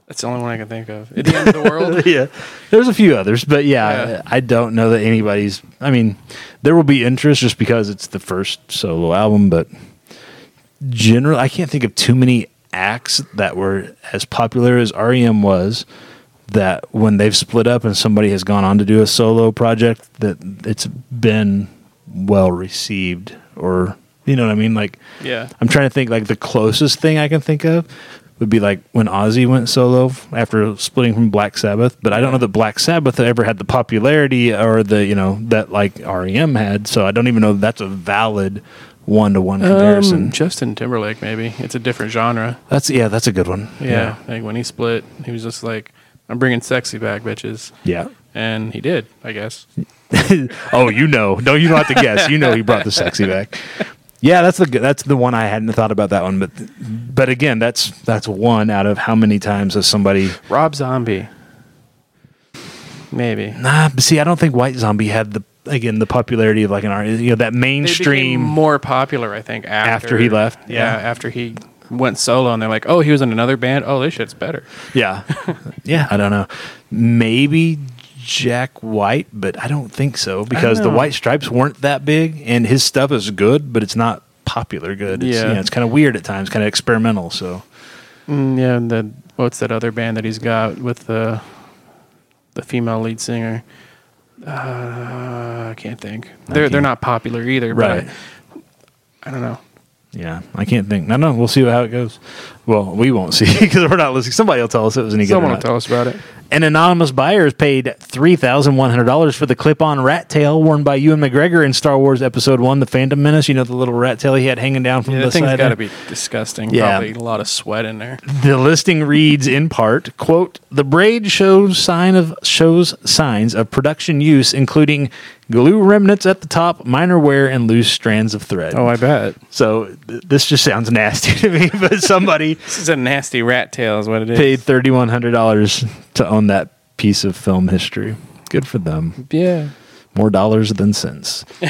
B: That's the only one I can think of. At the end of the world. Um,
A: yeah. There's a few others, but yeah,
B: Yeah.
A: I don't know that anybody's. I mean, there will be interest just because it's the first solo album, but generally, I can't think of too many acts that were as popular as REM was. That when they've split up and somebody has gone on to do a solo project, that it's been well received, or you know what I mean, like.
B: Yeah.
A: I'm trying to think like the closest thing I can think of would be like when Ozzy went solo f- after splitting from Black Sabbath, but I don't know that Black Sabbath ever had the popularity or the, you know, that like REM had, so I don't even know if that's a valid one to one comparison.
B: Um, Justin Timberlake, maybe. It's a different genre.
A: that's yeah, that's a good one.
B: Yeah. Like when he split, he was just like, I'm bringing sexy back, bitches.
A: Yeah.
B: And he did, I guess.
A: oh, you know. No, you don't have to guess. You know he brought the sexy back. Yeah, that's the good- that's the one I hadn't thought about that one, but but again, that's that's one out of how many times has somebody
B: Rob Zombie. Maybe.
A: Nah, but see, I don't think White Zombie had the again the popularity of like an art, you know, that
B: They became
A: mainstream.
B: more popular, I think, after,
A: After he left?
B: Yeah,
A: Yeah.
B: after he went solo, and they're like, "Oh, he was in another band. Oh, this shit's better."
A: yeah, yeah. I don't know. Maybe Jack White, but I don't think so because the
B: know.
A: White Stripes weren't that big, and his stuff is good, but it's not popular good. It's,
B: Yeah.
A: you know, it's kind of weird at times, kind of experimental. So
B: Mm, yeah, and then what's that other band that he's got with the the female lead singer? Uh, I can't think. They're they're
A: can't-
B: not popular either.
A: right.
B: But I don't know.
A: Yeah, I can't think. No, no, we'll see how it goes. Well, we won't see because we're not listening. Somebody will tell us it was any good. or
B: Someone will
A: not.
B: tell us about it.
A: An anonymous buyer is paid $3,100 for the clip on rat tail worn by Ewan McGregor in Star Wars Episode 1, The Phantom Menace. You know, the little rat tail he had hanging down from
B: Yeah,
A: the
B: that thing's
A: side.
B: got
A: there?
B: to be disgusting.
A: Yeah.
B: Probably a lot of sweat in there.
A: The listing reads in part, quote, "The braid shows sign of shows signs of production use including glue remnants at the top, minor wear and loose strands of thread."
B: I bet
A: So th- this just sounds nasty to me, but somebody
B: this is a nasty rat tail, is what it is.
A: paid $3,100 to own that piece of film history. Good for them.
B: Yeah.
A: more dollars than cents.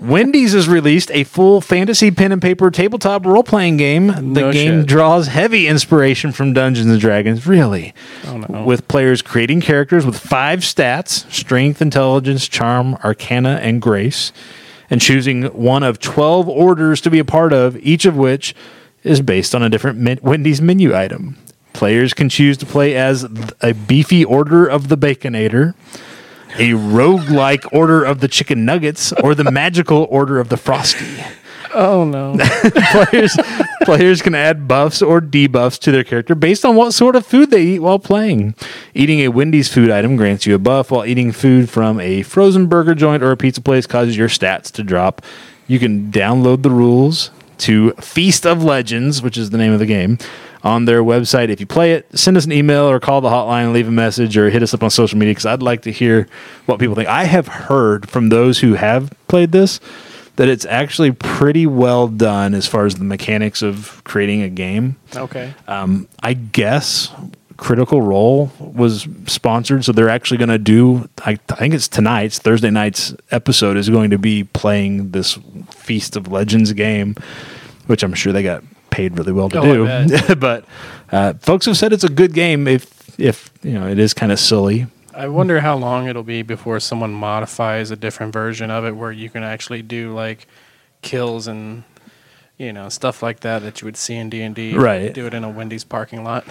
A: Wendy's has released a full fantasy pen and paper tabletop role playing game. The
B: No
A: game
B: shit.
A: draws heavy inspiration from Dungeons and Dragons, really,
B: Oh, no.
A: with players creating characters with five stats strength, intelligence, charm, arcana, and grace, and choosing one of 12 orders to be a part of, each of which is based on a different men- Wendy's menu item. Players can choose to play as th- a beefy order of the Baconator, a roguelike order of the chicken nuggets or the magical order of the frosty.
B: Oh no.
A: Players players can add buffs or debuffs to their character based on what sort of food they eat while playing. Eating a Wendy's food item grants you a buff while eating food from a frozen burger joint or a pizza place causes your stats to drop. You can download the rules to Feast of Legends, which is the name of the game, on their website. If you play it, send us an email or call the hotline and leave a message or hit us up on social media because I'd like to hear what people think. I have heard from those who have played this that it's actually pretty well done as far as the mechanics of creating a game.
B: okay.
A: Um, I guess Critical Role was sponsored, so they're actually going to do. I, I think it's tonight's Thursday night's episode is going to be playing this Feast of Legends game, which I'm sure they got paid really well to
B: Oh, I
A: do. but uh, folks have said it's a good game. If if you know, it is kind of silly.
B: I wonder how long it'll be before someone modifies a different version of it where you can actually do like kills and you know stuff like that that you would see in D and D.
A: Right.
B: Do it in a Wendy's parking lot.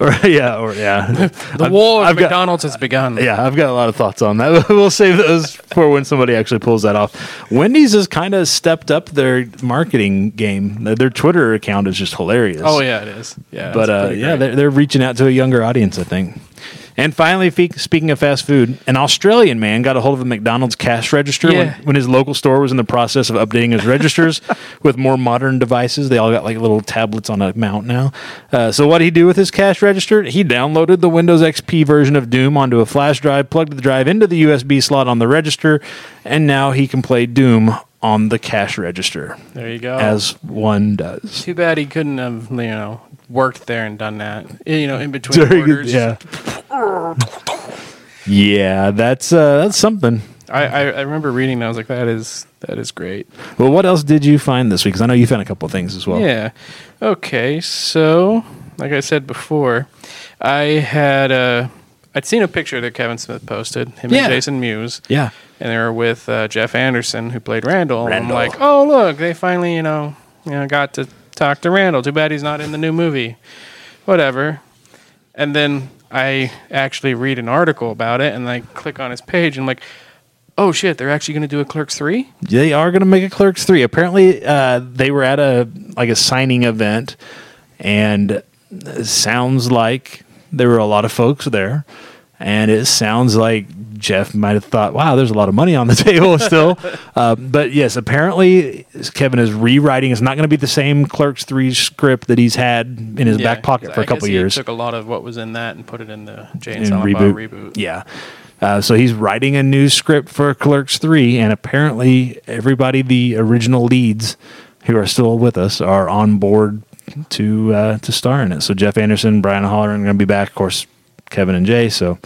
A: or, yeah, or yeah.
B: The war of
A: I've got-
B: McDonald's has begun.
A: Yeah, I've got a lot of thoughts on that. we'll save those for when somebody actually pulls that off. Wendy's has kind of stepped up their marketing game. Their- Their Twitter account is just hilarious.
B: Oh yeah, it is. Yeah.
A: but
B: it's
A: uh,
B: pretty
A: yeah,
B: great.
A: they're, they're reaching out to a younger audience, I think. And finally, fe- speaking of fast food, an Australian man got a hold of a McDonald's cash register
B: Yeah.
A: when, when his local store was in the process of updating his registers with more modern devices. They all got like little tablets on a mount now. Uh, so what did he do with his cash register? He downloaded the Windows XP version of Doom onto a flash drive, plugged the drive into the USB slot on the register, and now he can play Doom on the cash register
B: There you go.
A: as one does.
B: Too bad he couldn't have, you know, worked there and done that. You know, in between
A: During-
B: orders.
A: yeah. yeah, that's uh, that's something.
B: I, I, I remember reading that. I was like, that is that is great.
A: Well, what else did you find this week? Because I know you found a couple of things as well.
B: Yeah. Okay. So, like I said before, I had uh, I'd seen a picture that Kevin Smith posted him
A: Yeah.
B: and Jason Mewes,
A: Yeah.
B: and they were with uh, Jeff Anderson who played Randall. And I'm
C: Randall.
B: like, oh look, they finally you know you know got to talk to Randall. Too bad he's not in the new movie. Whatever. And then I actually read an article about it, and I click on his page, and I'm like, oh shit, they're actually going to do a Clerks three.
A: They are going to make a Clerks 3. Apparently, uh, they were at a like a signing event and it sounds like there were a lot of folks there and it sounds like Jeff might have thought, "Wow, there's a lot of money on the table still." uh, but yes, apparently Kevin is rewriting. It's not going to be the same Clerks 3 script that he's had in his
B: Yeah,
A: back pocket
B: 'cause
A: for a
B: I
A: couple
B: guess
A: years.
B: He took a lot of what was in that and put it in the Jane
A: and
B: Silent Bob
A: reboot.
B: reboot.
A: Yeah. Uh, so he's writing a new script for Clerks 3, and apparently everybody, the original leads who are still with us, are on board to uh, to star in it. So Jeff Anderson, Brian Holleran are going to be back, of course, Kevin and Jay. So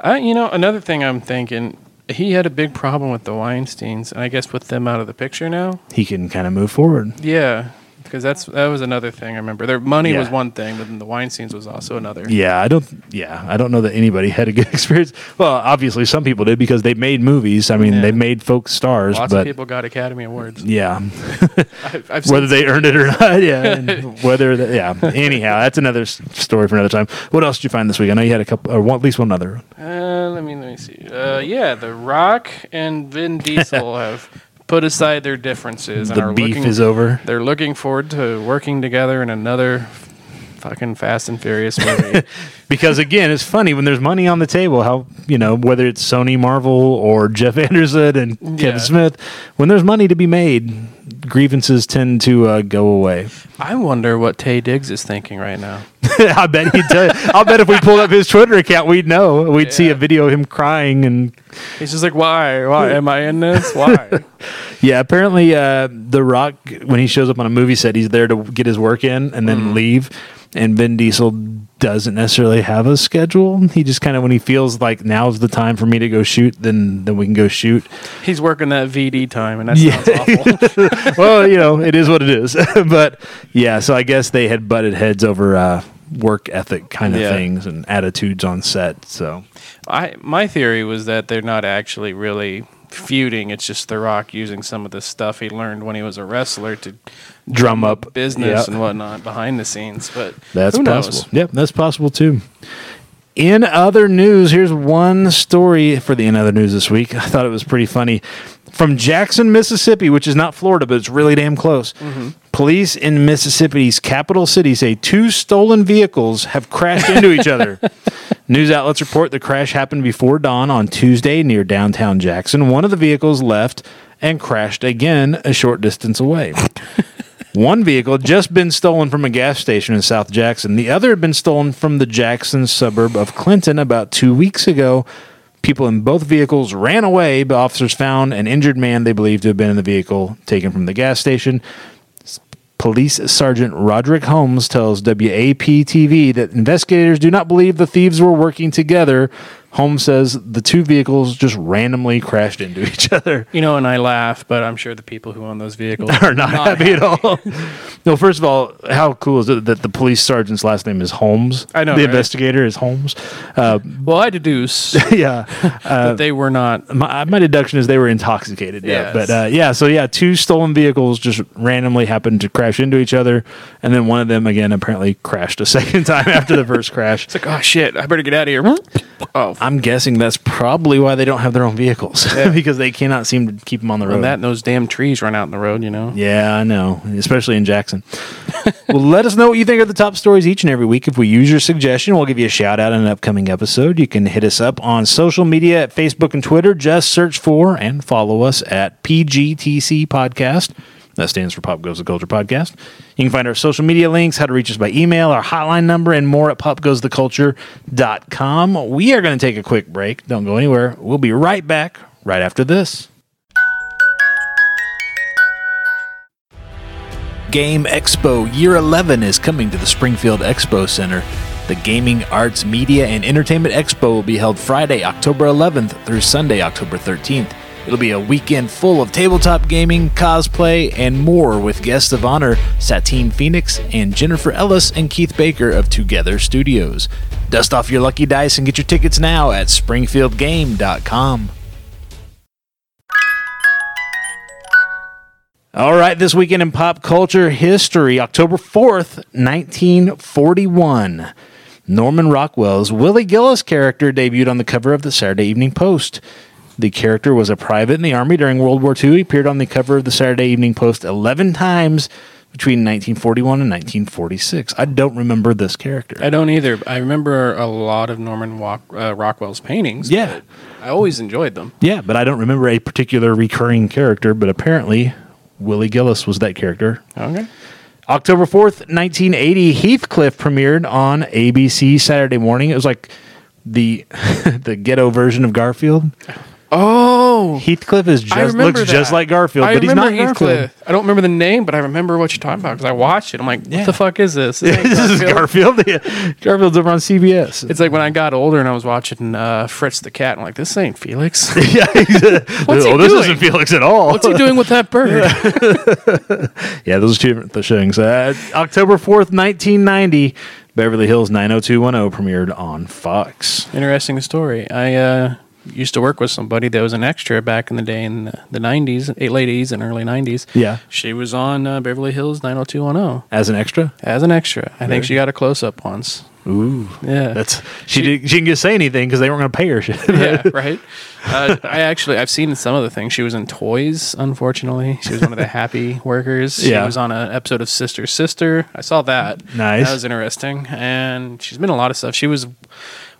B: I, you know, another thing I'm thinking, he had a big problem with the Weinsteins, and I guess with them out of the picture now.
A: he can kind of move forward.
B: Yeah, because that's that was another thing I remember. Their money was
A: Yeah.
B: one thing, but then the Weinsteins was also another.
A: Yeah, I don't. Yeah, I don't know that anybody had a good experience. Well, obviously some people did because they made movies. I mean,
B: Yeah.
A: they made folk stars,
B: Lots
A: but
B: of people got Academy Awards.
A: yeah,
B: I've, I've
A: whether
B: seen,
A: they earned it or not. Yeah, and whether the, yeah. Anyhow, that's another s- story for another time. What else did you find this week? I know you had a couple, or one, at least one other.
B: uh, let me let me see. Uh, yeah, The Rock and Vin Diesel have put aside their differences and
A: The
B: are
A: beef
B: looking
A: is over.
B: They're looking forward to working together in another f- fucking Fast and Furious movie.
A: Because again, it's funny when there's money on the table. How you know whether it's Sony, Marvel, or Jeff Anderson and
B: Yeah.
A: Kevin Smith. When there's money to be made, grievances tend to uh, go away.
B: I wonder what Tay Diggs is thinking right now.
A: I bet he'd tell. I bet if we pulled up his Twitter account, we'd know. We'd see
B: Yeah.
A: a video of him crying and
B: He's just like, why? Why am I in this? Why?
A: Yeah, apparently uh, The Rock, when he shows up on a movie set, he's there to get his work in and
B: Mm.
A: then leave. And Vin Diesel doesn't necessarily have a schedule. He just kind of, when he feels like now's the time for me to go shoot, then then we can go shoot.
B: He's working that VD time, and that
A: Yeah.
B: sounds awful.
A: well, you know, it is what it is. but yeah, so I guess they had butted heads over uh, work ethic kind of
B: Yeah.
A: things and attitudes on set. So
B: I my theory was that they're not actually really feuding. It's just The Rock using some of the stuff he learned when he was a wrestler to
A: drum up
B: business
A: yeah.
B: and whatnot behind the scenes. But
A: That's
B: who knows?
A: possible. Yep, that's possible too. In other news, here's one story for the In Other News this week. I thought it was pretty funny. From Jackson, Mississippi, which is not Florida, but it's really damn close.
B: Mm-hmm.
A: Police in Mississippi's capital city say two stolen vehicles have crashed into each other. News outlets report the crash happened before dawn on Tuesday near downtown Jackson. One of the vehicles left and crashed again a short distance away. One vehicle had just been stolen from a gas station in South Jackson. The other had been stolen from the Jackson suburb of Clinton about two weeks ago. People in both vehicles ran away, but officers found an injured man they believed to have been in the vehicle taken from the gas station. S- Police Sergeant Roderick Holmes tells WAP TV that investigators do not believe the thieves were working together. Holmes says the two vehicles just randomly crashed into each other
B: You know, and I laugh, but I'm sure the people who own those vehicles
A: are not, happy, at all. no, first of all, how cool is it that the police sergeant's last name is Holmes?
B: I know,
A: The
B: right?
A: investigator is Holmes. Uh,
B: Well, I deduce
A: yeah. Uh,
B: that they were not.
A: My, uh, my deduction is they were intoxicated. Yeah.
B: Yes.
A: But uh, yeah, so yeah, two stolen vehicles just randomly happened to crash into each other. And then one of them, again, apparently crashed a second time after the first crash.
B: It's like, oh shit, I better get out of here. Oh, f-
A: I'm guessing that's probably why they don't have their own vehicles because they cannot seem to keep them on the road.
B: that and those damn trees run out in the road, you know?
A: Yeah, I know, especially in Jackson. well, let us know what you think are the top stories each and every week. If we use your suggestion, we'll give you a shout out in an upcoming episode. You can hit us up on social media at Facebook and Twitter. Just search for and follow us at PGTC Podcast. That stands for Pop Goes the Culture Podcast. You can find our social media links, how to reach us by email, our hotline number, and more at popgoestheculture.com. We are going to take a quick break. Don't go anywhere. We'll be right back right after this. Game Expo Year 11 is coming to the Springfield Expo Center. The Gaming, Arts, Media, and Entertainment Expo will be held Friday, October 11th through Sunday, October 13th. It'll be a weekend full of tabletop gaming, cosplay, and more with guests of honor Satine Phoenix and Jennifer Ellis and Keith Baker of Together Studios. Dust off your lucky dice and get your tickets now at springfieldgame.com. All right, this weekend in pop culture history, October 4th, 1941. Norman Rockwell's Willie Gillis character debuted on the cover of the Saturday Evening Post. The character was a private in the Army during World War II. He appeared on the cover of the Saturday Evening Post 11 times between 1941 and 1946. I don't remember this character.
B: I don't either. I remember a lot of Norman Walk, uh, Rockwell's paintings.
A: Yeah.
B: but I always enjoyed them.
A: Yeah, but I don't remember a particular recurring character, but apparently Willie Gillis was that character.
B: Okay.
A: October 4th, 1980, Heathcliff premiered on ABC Saturday morning. It was like the the ghetto version of Garfield.
B: Oh,
A: Heathcliff is
B: I
A: just
B: remember
A: looks just
B: that.
A: like Garfield,
B: I
A: but he's
B: remember
A: not Heathcliff.
B: Heathcliff. I don't remember the name, but I remember what you're talking about because I watched it. I'm like, what
A: Yeah.
B: the fuck is this? This ain't
A: this is Garfield. Yeah. Garfield's over on CBS.
B: It's like when I got older and I was watching uh, Fritz the Cat. I'm like, this ain't Felix.
A: yeah, he's, uh,
B: What's he
A: oh, this
B: doing?
A: isn't Felix at all.
B: What's he doing with that bird?
A: Yeah, those are two different things. Uh, October 4th, 1990, Beverly Hills 90210 premiered on Fox.
B: Interesting story. I uh, used to work with somebody that was an extra back in the day in the, the 90s, eh, late 80s and early 90s.
A: Yeah.
B: She was on uh, Beverly Hills 90210
A: As an extra?
B: as an extra. I think she got a close up once.
A: Ooh.
B: Yeah.
A: That's she, did, she didn't get to say anything because they weren't going to pay her shit.
B: yeah, right. Uh, I actually I've seen some of the things. She was in Toys, unfortunately. She was one of the happy workers.
A: Yeah.
B: She was on an episode of Sister Sister. I saw that.
A: Nice.
B: That was interesting. And she's been in a lot of stuff. She was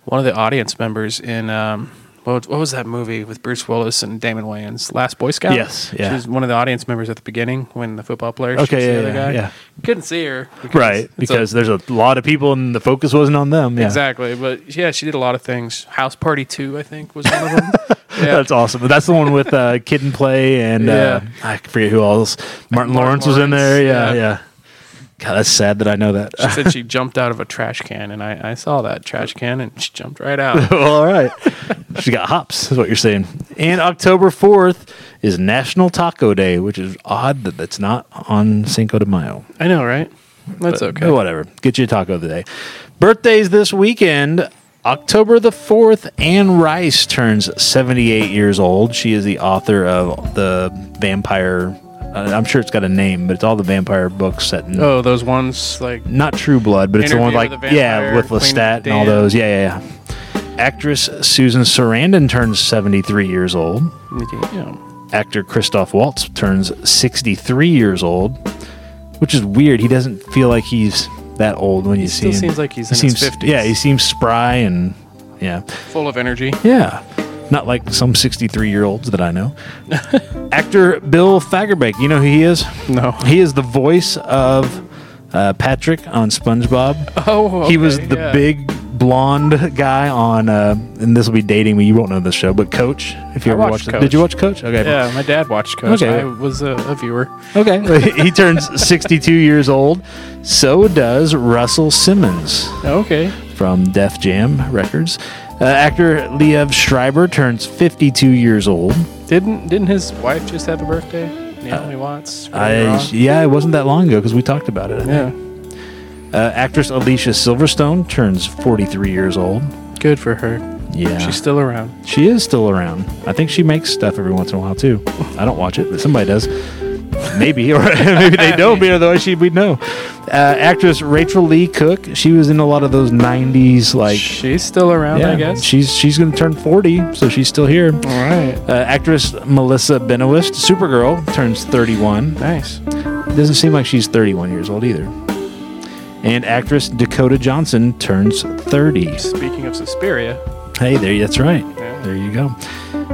B: one of the audience members in um what, what was that movie with Bruce Willis and Damon Wayans? Last Boy Scout.
A: Yes, yeah.
B: She was one of the audience members at the beginning when the football player. shoots
A: Okay,
B: the
A: yeah,
B: other
A: yeah,
B: guy.
A: yeah.
B: Couldn't see her. because
A: right.
B: it's a-
A: Because there's a lot of people and the focus wasn't on them. Yeah.
B: Exactly, but yeah, she did a lot of things. House Party Two, I think, was one of them. Yeah.
A: That's awesome. That's the one with uh, Kid and Play and uh,
B: Yeah.
A: I forget who else. Martin,
B: Martin
A: Lawrence, was in there.
B: Lawrence,
A: Yeah, yeah.
B: yeah.
A: God, that's sad that I know that.
B: She said she jumped out of a trash can, and I, I saw that trash can, and she jumped right out.
A: Well, all right. She's got hops, is what you're saying. And October 4th is National Taco Day, which is odd that that's not on Cinco de Mayo.
B: I know, right? That's
A: But,
B: okay.
A: eh, Whatever. Get you a taco today. Birthdays this weekend. October the 4th, Anne Rice turns 78 years old. She is the author of the vampire. uh, I'm sure it's got a name, but it's all the vampire books set in.
B: Oh, those ones like
A: Not True Blood, but it's the one
B: Interview
A: like,
B: with the
A: yeah,
B: Vampire,
A: with
B: Queen of
A: Lestat and all
B: Dan.
A: those. Yeah, yeah, yeah. Actress Susan Sarandon turns 73 years old.
B: you know,
A: Actor Christoph Waltz turns 63 years old, which is weird. He doesn't feel like he's that old when you see
B: still
A: him.
B: seems like he's
A: He
B: in his
A: seems-
B: 50s.
A: Yeah, he seems spry and yeah.
B: full of energy.
A: Yeah. Not like some 63 year olds that I know. Actor Bill Fagerbeck, you know who he is?
B: No.
A: He is the voice of uh, Patrick on SpongeBob.
B: Oh,
A: he was
B: okay,
A: the
B: yeah.
A: big blonde guy on, uh, and this will be dating me. You won't know this show, but Coach. If you
B: I
A: ever
B: watched
A: watched,
B: Coach.
A: did you watch Coach? Okay,
B: Yeah, my dad watched Coach.
A: Okay.
B: I was a, a viewer.
A: okay. he turns 62 years old. So does Russell Simmons
B: Okay.
A: from Def Jam Records. Uh, actor Liev Schreiber turns 52 years old.
B: Didn't didn't his wife just have a birthday? Naomi Watts.
A: Uh, I,
B: Ray Ross?
A: yeah, it wasn't that long ago because we talked about it. I think.
B: yeah.
A: Uh, actress Alicia Silverstone turns 43 years old.
B: Good for her.
A: Yeah.
B: She's still around.
A: She is still around. I think she makes stuff every once in a while too. I don't watch it, but somebody does. Maybe, or maybe they don't. Be otherwise, she we'd know. Uh, actress Rachel Lee Cook. She was in a lot of those '90s, like
B: She's still around,
A: yeah.
B: I guess.
A: She's she's going to turn 40, so she's still here.
B: All right.
A: Uh, actress Melissa Benoist, Supergirl, turns 31.
B: Nice.
A: Doesn't seem like she's 31 years old either. and actress Dakota Johnson turns 30.
B: Speaking of Suspiria,
A: Hey, there. That's right.
B: Yeah.
A: There you go.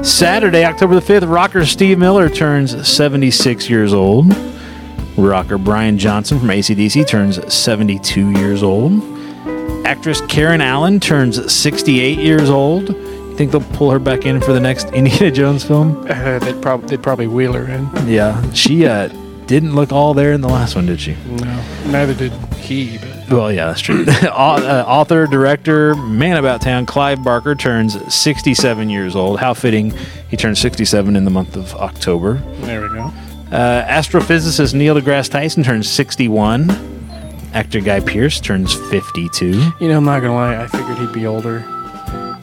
A: Saturday, October the 5th, rocker Steve Miller turns 76 years old. Rocker Brian Johnson from ACDC turns 72 years old. Actress Karen Allen turns 68 years old. You think they'll pull her back in for the next Indiana Jones film?
B: uh, they'd, prob- they'd probably wheel her in.
A: Yeah. She uh, didn't look all there in the last one, did she?
B: No, neither did he. But
A: Well, yeah, that's true. Au- uh, author, director, man about town, Clive Barker turns 67 years old. How fitting. He turned 67 in the month of October.
B: there we go.
A: Uh, astrophysicist Neil deGrasse Tyson turns 61. Actor Guy Pearce turns 52.
B: You know, I'm not gonna lie. I figured he'd be older.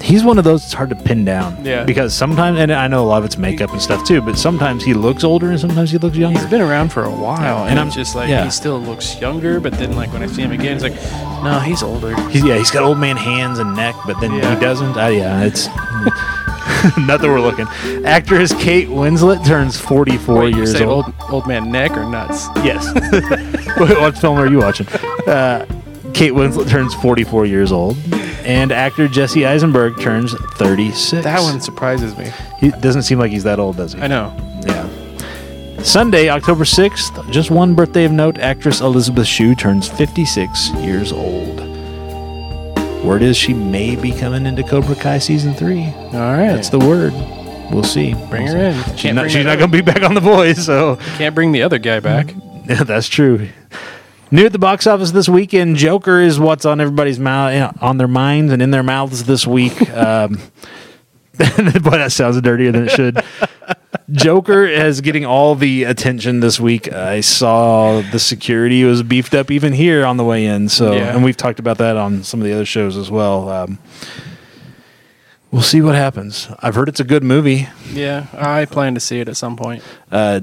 A: He's one of those that's hard to pin down.
B: Yeah.
A: Because sometimes, and I know a lot of it's makeup and stuff too, but sometimes he looks older and sometimes he looks
B: He's
A: younger.
B: been around for a while,
A: And
B: and,
A: I'm-
B: I'm just like,
A: yeah.
B: he still looks younger. But then, like when I see him again, it's like, no, he's older.
A: He's, yeah, he's got old man hands and neck, but then
B: Yeah.
A: he doesn't. Uh, yeah, it's not that we're looking. Actress Kate Winslet turns 44
B: Wait, you
A: years
B: say
A: old.
B: old old man neck or nuts?
A: Yes. what, what film are you watching? Uh, Kate Winslet turns 44 years old, and actor Jesse Eisenberg turns 36.
B: That one surprises me.
A: He doesn't seem like he's that old, does he?
B: I know.
A: Yeah. Sunday, October 6th, just one birthday of note, actress Elizabeth Shue turns 56 years old. Word is she may be coming into Cobra Kai season three.
B: All right,
A: That's the word. We'll see.
B: Bring
A: We'll
B: her in.
A: see.
B: Can't
A: She's not,
B: bring
A: she's
B: that
A: not
B: up.
A: going to be back on The Voice, so
B: can't bring the other guy
A: Mm-hmm.
B: back.
A: yeah, that's true. New at the box office this weekend, Joker is what's on everybody's mouth, on their minds, and in their mouths this week. Um, boy, that sounds dirtier than it should. Joker is getting all the attention this week. I saw the security was beefed up even here on the way in. So,
B: Yeah.
A: and we've talked about that on some of the other shows as well. Um, we'll see what happens. I've heard it's a good movie.
B: Yeah, I plan to see it at some point.
A: Uh,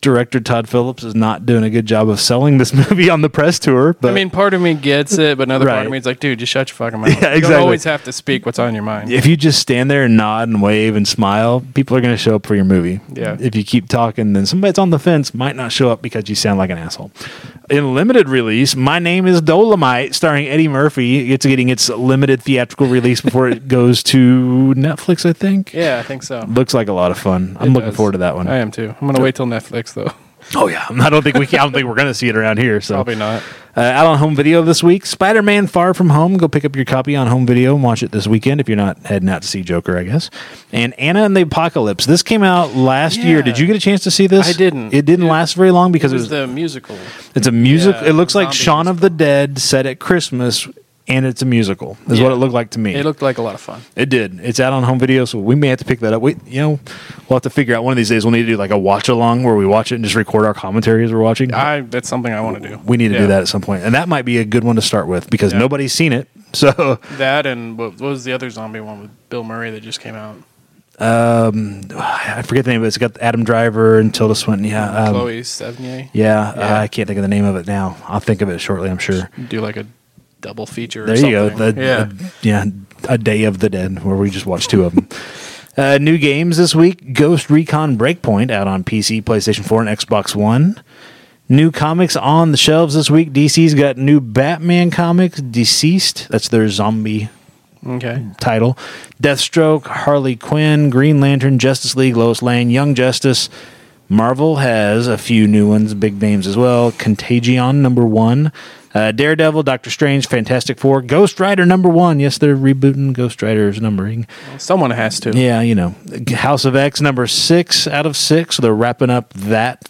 A: director Todd Phillips is not doing a good job of selling this movie on the press tour. But
B: I mean, part of me gets it, but another part
A: Right.
B: of me is like, dude, just shut your fucking mouth.
A: Yeah,
B: You
A: exactly.
B: don't always have to speak what's on your mind.
A: if you just stand there and nod and wave and smile, people are going to show up for your movie.
B: Yeah.
A: If you keep talking, then somebody that's on the fence might not show up because you sound like an asshole. In limited release, My Name is Dolomite, starring Eddie Murphy, it's getting its limited theatrical release before it goes to Netflix, I think.
B: Yeah, I think so.
A: Looks like a lot of fun. I'm
B: It
A: looking
B: does.
A: forward to that one.
B: I am too. I'm gonna wait till Netflix though.
A: Oh yeah, I don't think we can, I don't think we're gonna see it around here. So
B: Probably not.
A: Uh, out on home video this week, Spider Man Far From Home. Go pick up your copy on home video and watch it this weekend if you're not heading out to see Joker, I guess. And Anna and the Apocalypse. This came out last year.
B: Yeah.
A: Did you get a chance to see this?
B: I didn't.
A: It didn't last very long because
B: It
A: it
B: was
A: was,
B: the musical.
A: it's a music.
B: yeah,
A: it looks like
B: zombie
A: Shaun of the Dead set at Christmas, and it's a musical. Is what
B: Yeah.
A: it looked like to me.
B: It looked like a lot of fun.
A: It did. It's out on home video, so we may have to pick that up. We, you know, we'll have to figure out one of these days. We'll need to do like a watch along where we watch it and just record our commentary as we're watching.
B: I that's something I want to do.
A: We need to
B: Yeah.
A: do that at some point, and that might be a good one to start with because
B: Yeah.
A: nobody's seen it. So,
B: That and what, what was the other zombie one with Bill Murray that just came out?
A: um, I forget the name, but it's got Adam Driver and Tilda Swinton. Yeah, um,
B: Chloe Sevigny.
A: yeah.
B: Yeah.
A: Uh, I can't think of the name of it now. I'll think of it shortly. I'm sure.
B: Do like a double feature. Or
A: There you go.
B: something.
A: The-
B: yeah.
A: a- yeah. A Day of the Dead, where we just watched two of them. Uh, new games this week Ghost Recon Breakpoint out on PC, PlayStation 4, and Xbox One. New comics on the shelves this week. DC's got new Batman comics, Deceased. That's their zombie
B: okay.
A: title. Deathstroke, Harley Quinn, Green Lantern, Justice League, Lois Lane, Young Justice. Marvel has a few new ones, big names as well. Contagion, number one. Uh, Daredevil, Doctor Strange, Fantastic Four, Ghost Rider, number one. Yes, they're rebooting Ghost Rider's numbering.
B: Someone has to.
A: Yeah, you know. House of X, number six out of six. So they're wrapping up that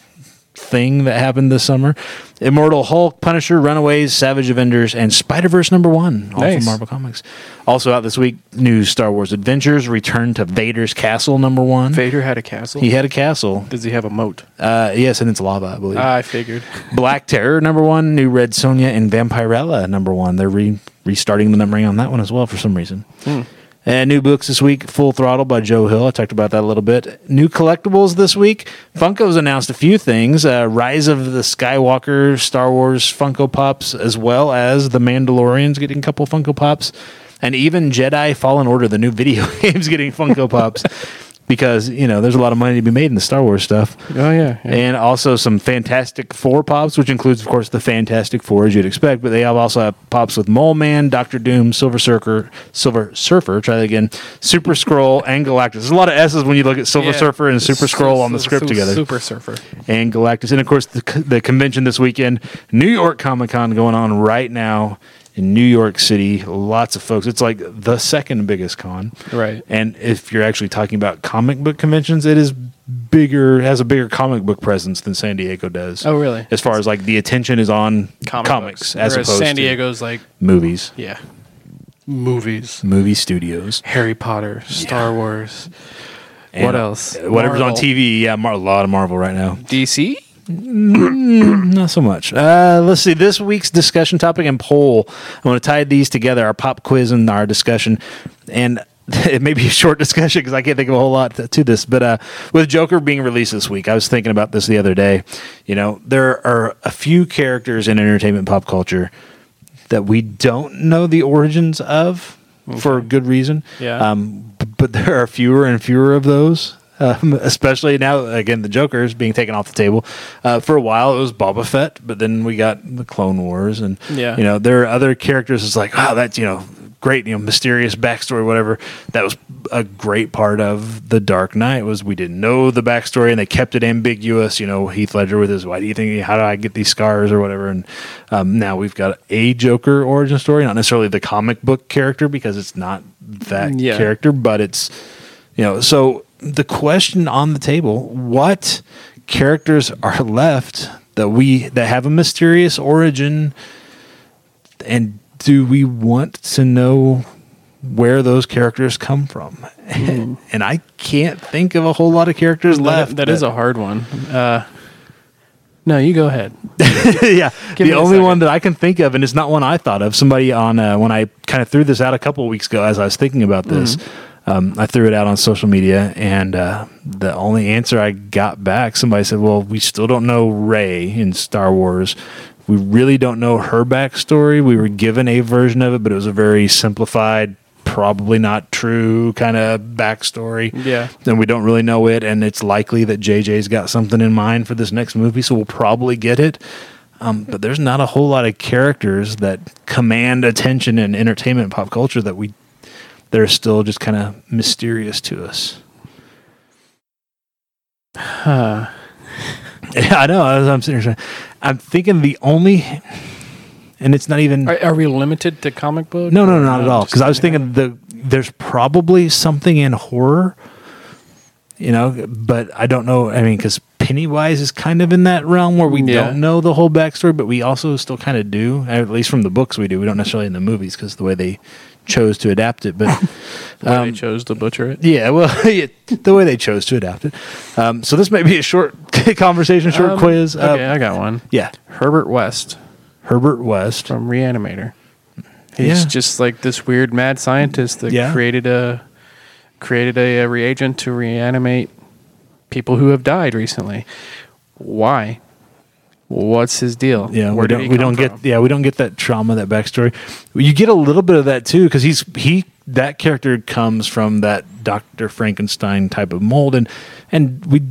A: thing that happened this summer. Immortal Hulk, Punisher, Runaways, Savage Avengers, and Spider Verse number one, all from
B: Nice.
A: Marvel Comics. Also out this week, new Star Wars Adventures, Return to Vader's Castle number one.
B: Vader had a castle.
A: he had a castle.
B: Does he have a moat?
A: Uh, yes, and it's lava, I believe.
B: I figured.
A: Black Terror number one, New Red Sonia, and Vampirella number one. They're re- restarting the numbering on that one as well for some reason. And new books this week, Full Throttle by Joe Hill. I talked about that a little bit. New collectibles this week. Funko's announced a few things: uh, Rise of the Skywalker, Star Wars Funko Pops, as well as The Mandalorian's getting a couple Funko Pops, and even Jedi Fallen Order, the new video game's getting Funko Pops. because you know there's a lot of money to be made in the Star Wars stuff,
B: Oh yeah, yeah.
A: and also some Fantastic Four pops, which includes, of course, the Fantastic Four as you'd expect. But they have also have pops with Mole Man, Doctor Doom, Silver Surfer, Silver Surfer. Try that again. Super Scroll and Galactus. There's a lot of S's when you look at Silver
B: Yeah.
A: Surfer and Super
B: Su-
A: Scroll on the
B: su-
A: script
B: su-
A: together
B: Super Surfer.
A: and Galactus. And of course, the, c- the convention this weekend, New York Comic Con going on right now in New York City. Lots of folks. It's like the second biggest con.
B: Right.
A: And if you're actually talking about comic book conventions, it is bigger, has a bigger comic book presence than San Diego does.
B: Oh, really?
A: As far as like the attention is on
B: Comic
A: comics
B: books.
A: as
B: Whereas
A: opposed
B: San
A: to
B: Diego's like
A: movies,
B: yeah, movies,
A: movie studios.
B: Harry Potter, Star Wars,
A: and
B: What else?
A: Whatever's on
B: Marvel.
A: TV. Yeah, Mar- a lot of Marvel right now.
B: DC.
A: Not so much. Uh, let's see. This week's discussion topic and poll. I'm going to tie these together our pop quiz and our discussion. And it may be a short discussion because I can't think of a whole lot to, to this. But uh, with Joker being released this week, I was thinking about this the other day. You know, there are a few characters in entertainment pop culture that we don't know the origins of for good reason.
B: Yeah.
A: Um, b- but there are fewer and fewer of those. Um, especially now, again, the Joker is being taken off the table. Uh, for a while, it was Boba Fett, but then we got the Clone Wars, and
B: Yeah.
A: you know, there are other characters. It's like, wow, that's you know, great, you know, mysterious backstory, whatever. That was a great part of the Dark Knight was we didn't know the backstory, and they kept it ambiguous. You know, Heath Ledger with his, why do you think? How do I get these scars or whatever? And um, now we've got a Joker origin story, not necessarily the comic book character because it's not that
B: Mm, Yeah.
A: character, but it's you know. So the question on the table: What characters are left that we that have a mysterious origin, and do we want to know where those characters come from? and I can't think of a whole lot of characters left.
B: Mm. that is a hard one. Uh, no, you go ahead.
A: yeah.
B: Give
A: the
B: me a
A: only
B: second.
A: one that I can think of, and it's not one I thought of. Somebody on uh, when I kind of threw this out a couple weeks ago, as I was thinking about this,
B: Mm-hmm.
A: um, I threw it out on social media, and uh, the only answer I got back, somebody said, "Well, we still don't know Ray in Star Wars." We really don't know her backstory. We were given a version of it, but it was a very simplified, probably not true kind of backstory
B: Yeah.
A: and we don't really know it. And it's likely that JJ's got something in mind for this next movie, so we'll probably get it. Um, but there's not a whole lot of characters that command attention in entertainment and pop culture that we that are still just kind of mysterious to us.
B: Uh,
A: Yeah, I know. As I'm sitting here, trying- I'm thinking the only, and it's not even.
B: are, are we limited to comic book?
A: No, no,
B: or
A: no, not at all.
B: Just-
A: Because I was thinking the there's probably something in horror, you know, but I don't know. I mean, because Pennywise is kind of in that realm where we
B: Yeah.
A: don't know the whole backstory, but we also still kind of do. At least from the books, we do. We don't necessarily in the movies because the way they chose to adapt it, but.
B: Why
A: um,
B: they chose to butcher it.
A: Yeah, well, yeah, the way they chose to adapt it. Um, so this may be a short conversation, short
B: Um,
A: quiz. Uh,
B: Okay, I got one.
A: Yeah,
B: Herbert West
A: Herbert West.
B: from Reanimator. He's
A: Yeah.
B: just like this weird mad scientist that
A: Yeah.
B: created a created a, a reagent to reanimate people who have died recently. Why? What's his deal?
A: Yeah,
B: Where
A: we
B: did
A: don't
B: he
A: we
B: come
A: don't
B: from?
A: get yeah we don't get that trauma that backstory. You get a little bit of that too because he's he that character comes from that Doctor Frankenstein type of mold and and we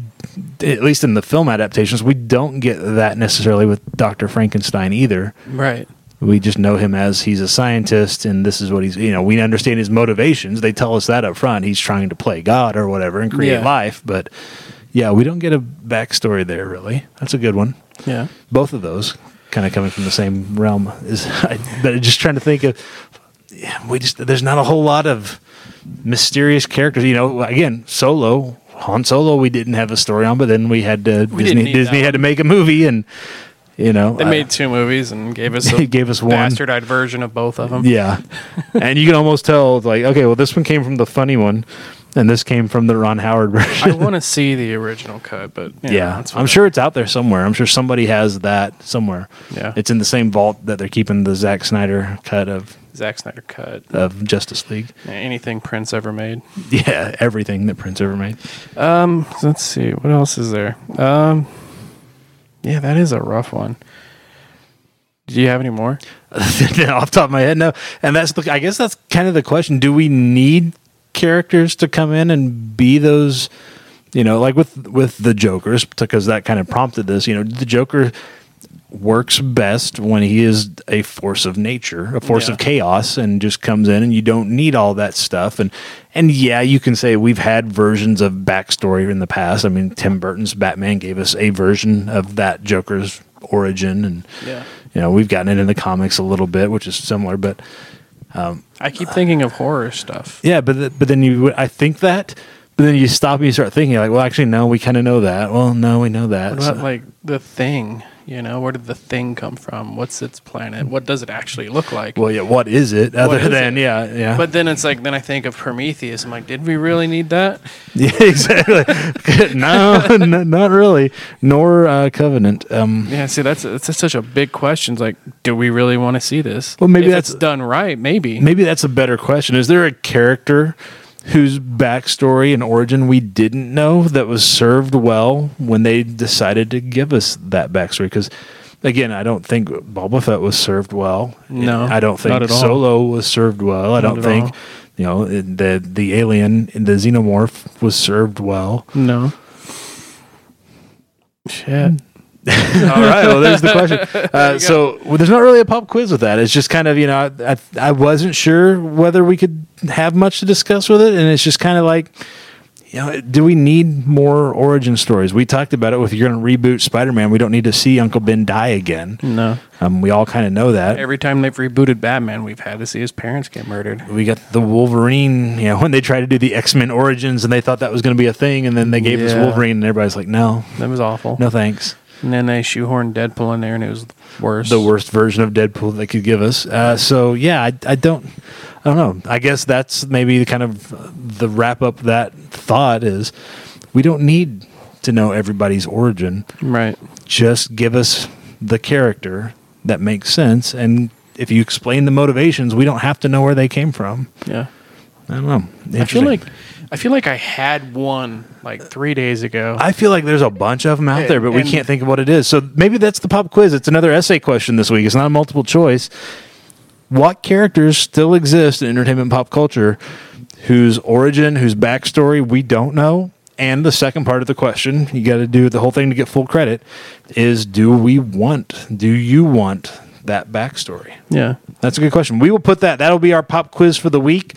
A: at least in the film adaptations we don't get that necessarily with Doctor Frankenstein either.
B: right.
A: We just know him as he's a scientist and this is what he's you know we understand his motivations. They tell us that up front. He's trying to play God or whatever and create
B: Yeah.
A: life, but yeah, we don't get a backstory there really. That's a good one
B: Yeah.
A: both of those kind of coming from the same realm is I, but just trying to think of yeah, we just there's not a whole lot of mysterious characters you know again solo Han Solo we didn't have a story on but then we had to
B: We didn't
A: Disney
B: need
A: Disney
B: that
A: had to make a movie and you know
B: They
A: I-
B: made two movies and gave us
A: They
B: a
A: gave us one.
B: bastardized version of both of them.
A: yeah and you can almost tell it's like okay well this one came from the funny one and this came from the Ron Howard version
B: I want to see the original cut, but you know,
A: yeah,
B: that's
A: I'm
B: what-
A: sure it's out there somewhere. I'm sure somebody has that somewhere.
B: Yeah.
A: it's in the same vault that they're keeping the Zack Snyder cut of
B: Zack Snyder cut
A: of Justice League.
B: anything Prince ever made.
A: Yeah, everything that Prince ever made.
B: Um, let's see what else is there. Um, yeah, that is a rough one. Do you have any more?
A: Off the top of my head, no. And that's the. I guess that's kind of the question. Do we need characters to come in and be those you know like with with the jokers because that kind of prompted this you know the joker works best when he is a force of nature a force
B: Yeah.
A: of chaos and just comes in and you don't need all that stuff and and yeah you can say we've had versions of backstory in the past i mean tim burton's batman gave us a version of that joker's origin and
B: Yeah.
A: you know we've gotten it in the comics a little bit which is similar but
B: I keep thinking of horror stuff.
A: yeah, but th- but then you would- I think that, but then you stop and you start thinking like, well, actually, no, we kind of know that. Well, no, we know that.
B: What about
A: So-
B: like the thing? You know, where did the thing come from? What's its planet? What does it actually look like?
A: well, yeah, what is it other
B: is
A: than
B: it?
A: yeah, yeah,
B: But then it's like then I think of Prometheus. I'm like, did we really need that?
A: yeah, exactly. no, n- not really. Nor uh, Covenant. Um,
B: Yeah, see, that's that's such a big question. It's like, do we really want to see this?
A: Well, maybe
B: If
A: that's-
B: it's done right. Maybe.
A: maybe that's a better question. Is there a character? Whose backstory and origin we didn't know that was served well when they decided to give us that backstory? Because, again, I don't think Boba Fett was served well.
B: No,
A: I don't think
B: not at all.
A: Solo was served well. I
B: Not
A: don't
B: at
A: think
B: all.
A: you know the the alien the xenomorph was served well.
B: No. Shit.
A: All right, well, there's the question. Uh, so well, there's not really a pop quiz with that. It's just kind of you know I, I I wasn't sure whether we could have much to discuss with it, and it's just kind of like. You know, do we need more origin stories? We talked about it with you're going to reboot Spider-Man. We don't need to see Uncle Ben die again.
B: No.
A: Um, we all kind of know that.
B: Every time they've rebooted Batman, we've had to see his parents get murdered.
A: we got the Wolverine, you know, when they tried to do the X Men Origins and they thought that was going to be a thing, and then they gave us
B: Yeah.
A: Wolverine, and everybody's like, no,
B: That was awful.
A: no thanks.
B: And then they shoehorned Deadpool in there, and it was worse.
A: The worst version of Deadpool they could give us. Uh, so yeah, I, I don't, I don't know. I guess that's maybe the kind of the wrap up. That thought is, we don't need to know everybody's origin.
B: Right.
A: Just give us the character that makes sense, and if you explain the motivations, we don't have to know where they came from.
B: Yeah.
A: I don't know.
B: I feel
A: Interesting.
B: like I feel like I had one like three days ago.
A: I feel like there's a bunch of them out there, but we
B: And-
A: can't think of what it is. So maybe that's the pop quiz. It's another essay question this week. It's not a multiple choice. What characters still exist in entertainment and pop culture whose origin, whose backstory we don't know? And the second part of the question, you got to do the whole thing to get full credit, is do we want, do you want that backstory?
B: yeah.
A: That's a good question. We will put that. That'll be our pop quiz for the week.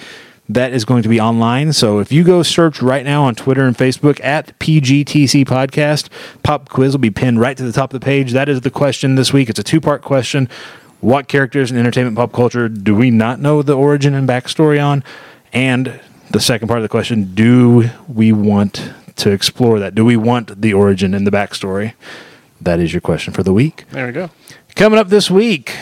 A: That is going to be online. So if you go search right now on Twitter and Facebook at PGTC Podcast, pop quiz will be pinned right to the top of the page. That is the question this week. It's a two part question. What characters in entertainment pop culture do we not know the origin and backstory on? And the second part of the question do we want to explore that? Do we want the origin and the backstory? That is your question for the week.
B: There we go.
A: Coming up this week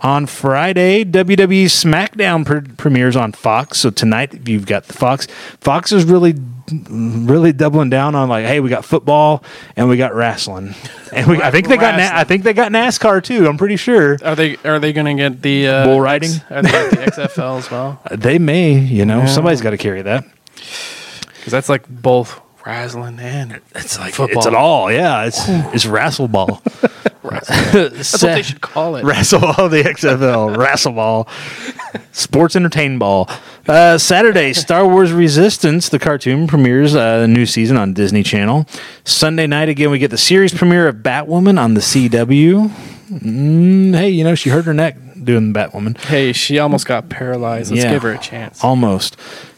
A: on Friday, WWE SmackDown pre- premieres on Fox. So tonight you've got the Fox. Fox is really, really doubling down on like, hey, we got football and we got wrestling, and we, I think they got na-
B: Wrestling.
A: I think they got NASCAR too. I'm pretty sure
B: Are they are they going to get the uh,
A: Bull riding?
B: X- are they gonna get the XFL as well?
A: they may. You know, somebody's got to carry that.
B: Because that's like both wrestling and
A: It's like
B: Football.
A: it's it all. Yeah, it's it's wrestle ball.
B: that's what they should call it.
A: Wrestle Ball, the XFL, Wrestle Ball, Sports Entertain Ball. Uh, Saturday, Star Wars Resistance, the cartoon premieres uh, the new season on Disney Channel. Sunday night, again, we get the series premiere of Batwoman on the CW. Mm, hey, you know, she hurt her neck doing Batwoman.
B: Hey, she almost got paralyzed. Let's
A: Yeah.
B: give her a chance.
A: Almost.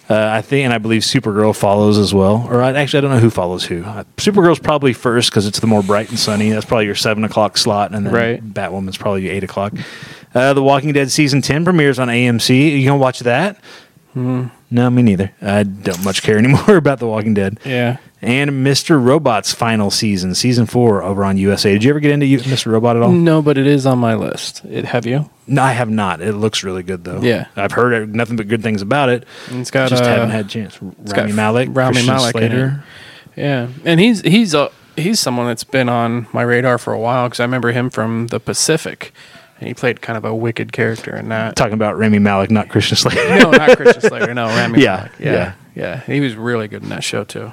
A: Uh, I think, and I believe Supergirl follows as well. Or I, actually, I don't know who follows who. Uh, Supergirl's probably first because it's the more bright and sunny. That's probably your seven o'clock slot, and then
B: Right.
A: Batwoman's probably your eight o'clock. Uh, the Walking Dead season ten premieres on AMC. you gonna watch that?
B: Mm-hmm.
A: No, me neither. I don't much care anymore about The Walking Dead.
B: Yeah.
A: And Mr. Robot's final season, season four, over on USA. Did you ever get into you- Mr. Robot at all?
B: No, but it is on my list. It, have you?
A: No, I have not. It looks really good though.
B: Yeah.
A: I've heard nothing but good things about it.
B: And it's got,
A: just
B: uh,
A: haven't had a chance. Rami
B: got
A: Malek,
B: Rami
A: Christian
B: Malek in
A: Slater.
B: Yeah, and he's he's a he's someone that's been on my radar for a while because I remember him from The Pacific, and he played kind of a wicked character in that.
A: Talking about Rami Malek, not Christian Slater.
B: no, not Christian Slater. No, Rami.
A: Yeah,
B: Malek. yeah, yeah, He was really good in that show too.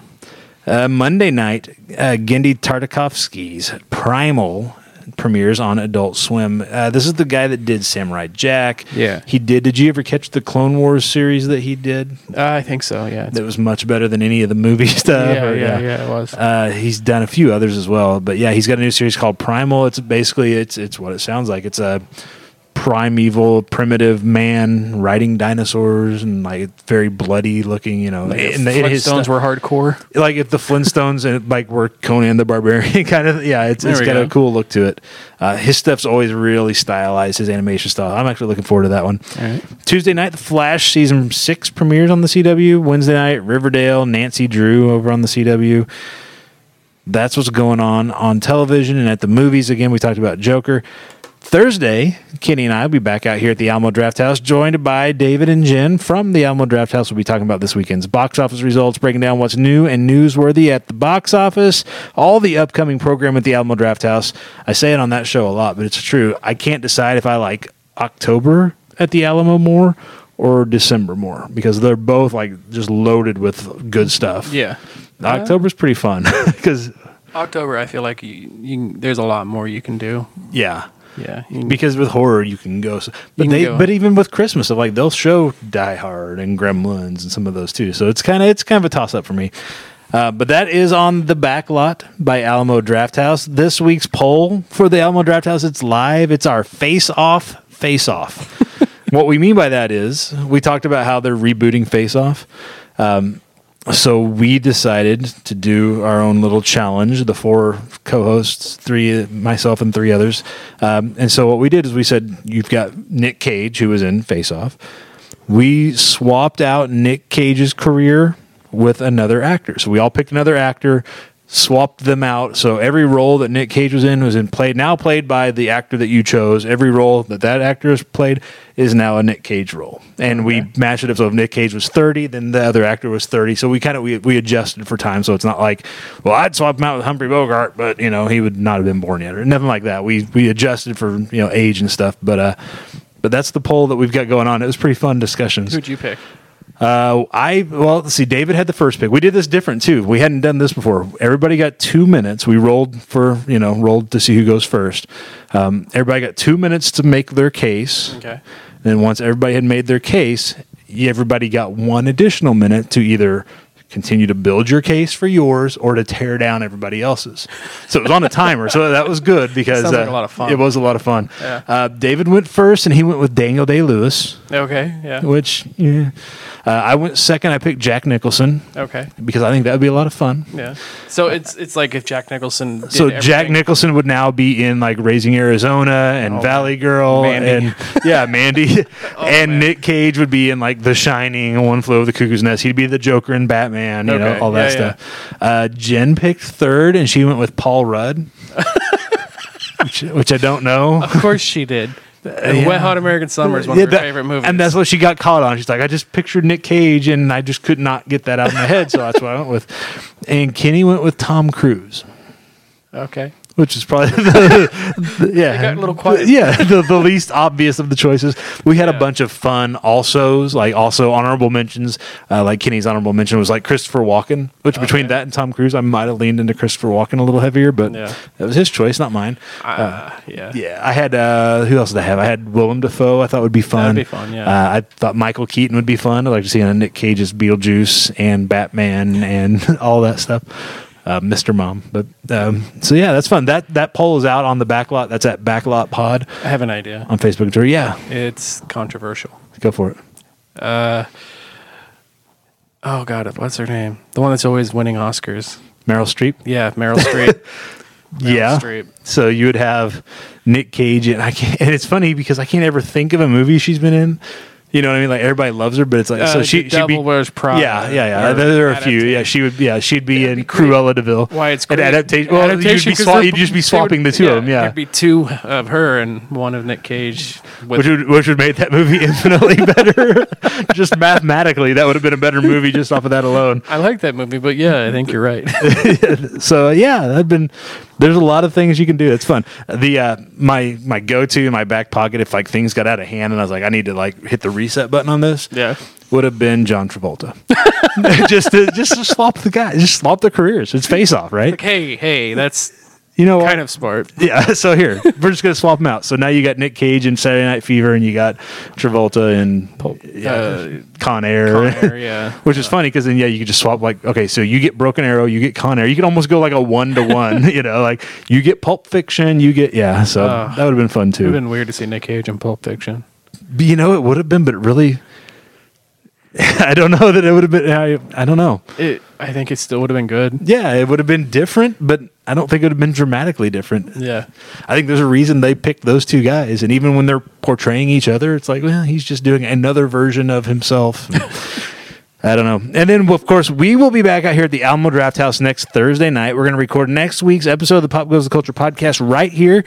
A: Uh, Monday night, uh, Gendy Tartakovsky's Primal premieres on Adult Swim. Uh, this is the guy that did Samurai Jack.
B: Yeah.
A: he did. Did you ever catch the Clone Wars series that he did?
B: Uh, I think so. Yeah.
A: That was much better than any of the movie stuff.
B: yeah,
A: or-
B: yeah, yeah, it was.
A: Uh, he's done a few others as well, but yeah, he's got a new series called Primal. It's basically it's it's what it sounds like. It's a primeval, primitive man riding dinosaurs and like very bloody looking. You know,
B: If
A: and in his
B: Flintstones
A: stuff-
B: were hardcore.
A: like if the Flintstones and like were Conan the Barbarian kind of yeah, it's,
B: There
A: it's
B: we
A: got
B: go.
A: a cool look to it. Uh, his stuff's always really stylized. His animation style. I'm actually looking forward to that one.
B: All right.
A: Tuesday night, The Flash season six premieres on the CW. Wednesday night, Riverdale, Nancy Drew over on the CW. That's what's going on on television and at the movies. Again, we talked about Joker. Thursday, Kenny and I will be back out here at the Alamo Draft House, joined by David and Jen from the Alamo Draft House. We'll be talking about this weekend's box office results, breaking down what's new and newsworthy at the box office, all the upcoming program at the Alamo Draft House. I say it on that show a lot, but it's true. I can't decide if I like October at the Alamo more or December more because they're both like just loaded with good stuff.
B: Yeah.
A: October's pretty fun because
B: October, I feel like you, you can, there's a lot more you can do.
A: yeah,
B: Yeah. you can-
A: because with horror you can go, s- but
B: can
A: they
B: go-
A: but even with Christmas, like they'll show Die Hard and Gremlins and some of those too. So it's kind of it's kind of a toss up for me. Uh, but that is on the back lot by Alamo Drafthouse. This week's poll for the Alamo Drafthouse, it's live. It's our face off, face off. what we mean by that is we talked about how they're rebooting face off. so we decided to do our own little challenge the four co-hosts three myself and three others um, and so what we did is we said you've got nick cage who was in face off we swapped out nick cage's career with another actor so we all picked another actor swapped them out so every role that nick cage was in was in played now played by the actor that you chose every role that that actor has played is now a nick cage role and we matched it up so if nick cage was 30 then the other actor was 30 so we kind of we, we adjusted for time so it's not like well i'd swap him out with humphrey bogart but you know he would not have been born yet or nothing like that we we adjusted for you know age and stuff but uh but that's the poll that we've got going on it was pretty fun discussions
B: Who'd you pick?
A: uh, I well, let's see. David had the first pick. We did this different too. We hadn't done this before. Everybody got two minutes. We rolled for you know rolled to see who goes first. Um, everybody got two minutes to make their case.
B: Okay.
A: Then once everybody had made their case, everybody got one additional minute to either continue to build your case for yours or to tear down everybody else's. So it was on a timer. So that was good because uh,
B: Sounds like a lot of fun.
A: It was a lot of fun.
B: Yeah.
A: Uh, David went first, and he went with Daniel Day Lewis
B: Okay. Yeah.
A: which yeah. uh, I went second. I picked Jack Nicholson
B: Okay.
A: because I think that would be a lot of fun.
B: Yeah. So it's it's like if Jack Nicholson. Did
A: So Jack
B: everything-
A: Nicholson would now be in like Raising Arizona and
B: Oh,
A: Valley Girl
B: Mandy. Oh,
A: and yeah, Mandy, and
B: man.
A: Nick Cage would be in like The Shining and One Flew Over the Cuckoo's Nest. He'd be the Joker in Batman, you know,
B: Okay.
A: all that
B: Yeah, yeah.
A: stuff. Uh, Jen picked third, and she went with Paul Rudd, which, which I don't know.
B: Of course she did. The
A: yeah.
B: Wet Hot American Summer is one
A: Yeah,
B: of her
A: that-
B: favorite movies.
A: And that's what she got caught on. She's like, I just pictured Nick Cage and I just could not get that out of my head. So that's what I went with. And Kenny went with Tom Cruise,
B: okay.
A: which is probably the, the- yeah.
B: It got a little quiet.
A: Yeah, the, the least obvious of the choices. We had a
B: Yeah.
A: bunch of fun alsos, like also honorable mentions. Uh, like Kenny's honorable mention was like Christopher Walken, which between
B: Okay.
A: that and Tom Cruise, I might have leaned into Christopher Walken a little heavier, but
B: Yeah.
A: that was his choice, not mine.
B: Uh, yeah.
A: Yeah, I had uh, who else did I have? I had Willem Dafoe. I thought would be fun.
B: be fun, yeah.
A: Uh, I thought Michael Keaton would be fun. I'd like to see him in Nick Cage's Beetlejuice and Batman and all that stuff. Uh, Mr. Mom, but um, so yeah, that's fun. That that poll is out on the backlot. That's at Backlot Pod
B: I have an idea.
A: on Facebook and Twitter. Yeah,
B: It's controversial.
A: go for it.
B: Oh God, what's her name? The one that's always winning Oscars.
A: Meryl Streep.
B: Yeah, Meryl Streep.
A: yeah.
B: Streep.
A: So you would have Nick Cage, and I can't. And it's funny because I can't ever think of a movie she's been in. You know what I mean? Like everybody loves her, but it's like
B: Uh,
A: so she
B: The
A: she'd be-
B: Devil Wears Prada,
A: Yeah, yeah, yeah.
B: or
A: There are a few. Yeah,
B: adaptation.
A: she would. Yeah, she'd be in Cruella Deville.
B: Why it's
A: an
B: great.
A: adaptation? Well,
B: Adaptation,
A: you'd, be
B: 'cause
A: swa-
B: they're-
A: you'd just be
B: they would-
A: swapping the two of them. Yeah,
B: it'd be two of her and one of Nick Cage. With,
A: which would which would make that movie infinitely better. just mathematically, that would have been a better movie just off of that alone.
B: I like that movie, but yeah, I think you're right.
A: so yeah, I've been. There's a lot of things you can do. It's fun. The uh, my my go to in my back pocket if like things got out of hand and I was like I need to like hit the reset button on this.
B: Yeah.
A: would have been John Travolta. just to, just to slop the guy, just slop their careers. It's face off, right?
B: hey, hey, that's
A: You know what?
B: Kind of smart.
A: Yeah, so here we're just gonna swap them out. So now you got Nick Cage and Saturday Night Fever, and you got Travolta and yeah,
B: uh,
A: Con Air,
B: Con Air, yeah.
A: which is funny because then yeah, you could just swap like okay, so you get Broken Arrow, you get Con Air, you could almost go like a one to one, you know, like you get Pulp Fiction, you get yeah, so
B: Ugh.
A: that would have been fun
B: It
A: too.
B: would have been weird to see Nick Cage in Pulp Fiction.
A: But you know, it would have been, but it really, I don't know that it would have been. I, I don't know.
B: It, I think it still would have been good.
A: Yeah, it would have been different, but I don't think it would have been dramatically different.
B: Yeah.
A: I think there's a reason they picked those two guys, and even when they're portraying each other, it's like, well, he's just doing another version of himself. I don't know. And then, of course, we will be back out here at the Alamo Draft House next Thursday night. We're going to record next week's episode of the Pop Goes the Culture podcast right here.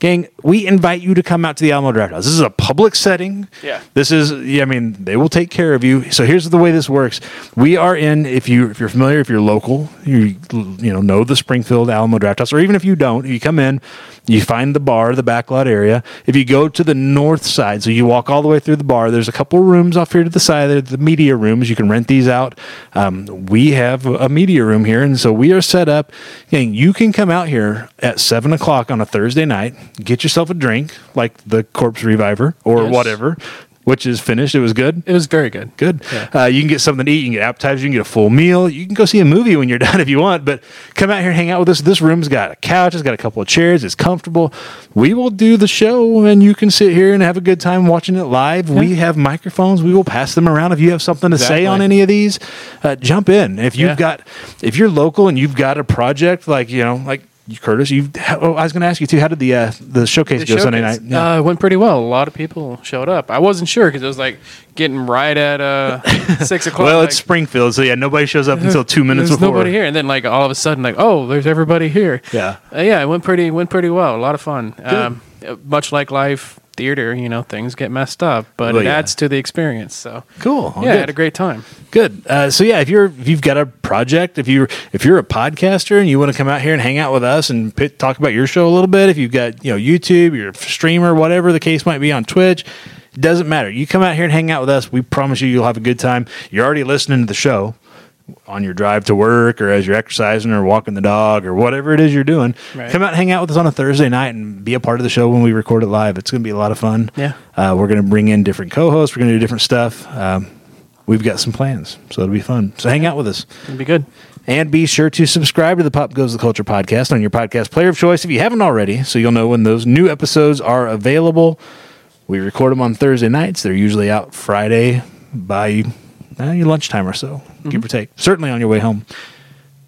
A: Gang, we invite you to come out to the Alamo Draft House. This is a public setting.
B: Yeah.
A: This is, yeah, I mean, they will take care of you. So here's the way this works. We are in, if you if you're familiar, if you're local, you you know know the Springfield Alamo Draft House, or even if you don't, you come in, you find the bar, the backlot area. If you go to the north side, so you walk all the way through the bar. There's a couple rooms off here to the side. They're the media rooms. You can rent these out. Um, we have a media room here, and so we are set up. Gang, you can come out here at seven o'clock on a Thursday night, get yourself a drink like the Corpse Reviver or
B: Yes.
A: whatever whatever, which is finished. It was good.
B: It was very good.
A: Good.
B: Yeah.
A: Uh, you can get something to eat. You can get appetizers. You can get a full meal. You can go see a movie when you're done if you want. But come out here, hang out with us. This room's got a couch. It's got a couple of chairs. It's comfortable. We will do the show, and you can sit here and have a good time watching it live. We have microphones. We will pass them around if you have something to say
B: Exactly.
A: on any of these. Uh, jump in if you've
B: Yeah.
A: got if you're local and you've got a project like you know like. Curtis, you. Oh, I was going to ask you too. How did the uh, the showcase go Sunday night?
B: showcase,
A: Yeah.
B: Uh, it went pretty well. A lot of people showed up. I wasn't sure because it was like getting right at uh, six o'clock.
A: Well,
B: like,
A: it's Springfield, so yeah, nobody shows up until two minutes
B: there's
A: before.
B: nobody here, and then like all of a sudden, like oh, there's everybody here.
A: Yeah.
B: Uh, yeah. It went pretty went pretty well. A lot of fun. Um, uh, much like live theater, you know, things get messed up, but
A: Well,
B: it
A: yeah.
B: adds to the experience. So
A: Cool. Well,
B: yeah, I
A: good.
B: had a great time.
A: Good. Uh, so yeah, if you're if you've got a project, if you are if you're a podcaster and you want to come out here and hang out with us and pit, talk about your show a little bit, if you've got you know YouTube, your streamer, whatever the case might be on Twitch, doesn't matter. You come out here and hang out with us. We promise you, you'll have a good time. You're already listening to the show on your drive to work or as you're exercising or walking the dog or whatever it is you're doing.
B: Right.
A: Come out and hang out with us on a Thursday night and be a part of the show when we record it live. It's going to be a lot of fun.
B: Yeah.
A: Uh, we're going to bring in different co-hosts. We're going to do different stuff. Um, we've got some plans, so it'll be fun. So hang out with us.
B: It'd be good.
A: And be sure to subscribe to the Pop Goes the Culture podcast on your podcast player of choice if you haven't already, so you'll know when those new episodes are available. We record them on Thursday nights. They're usually out Friday by uh, your lunchtime or so,
B: Mm-hmm.
A: give or take. Certainly on your way home.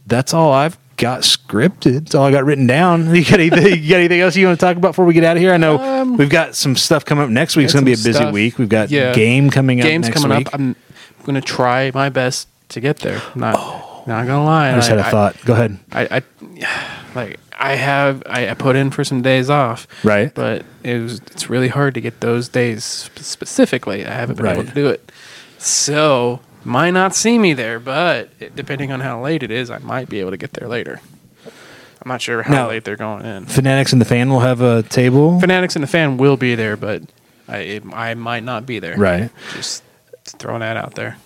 A: That's all I've got scripted. That's all I got written down. You got anything, you got anything else you want to talk about before we get out of here? I know we've got some stuff coming up next week. It's
B: Um, Got
A: going to be a
B: some
A: busy
B: stuff.
A: week. We've got
B: Yeah.
A: game coming
B: Games
A: up next
B: coming
A: week.
B: up. I'm gonna try my best to get there. Not not gonna lie.
A: Oh. I just had a
B: Like,
A: thought. Go ahead.
B: I, I like I have I, I put in for some days off,
A: Right.
B: But it was it's really hard to get those days sp- specifically. I haven't been able
A: Right.
B: to do it, so might not see me there. But it, depending on how late it is, I might be able to get there later. I'm not sure how
A: Now-
B: late they're going in.
A: Fanatics and the Fan will have a table.
B: Fanatics and the fan will be there, but I it, I might not be there.
A: Right.
B: Just throwing that out there.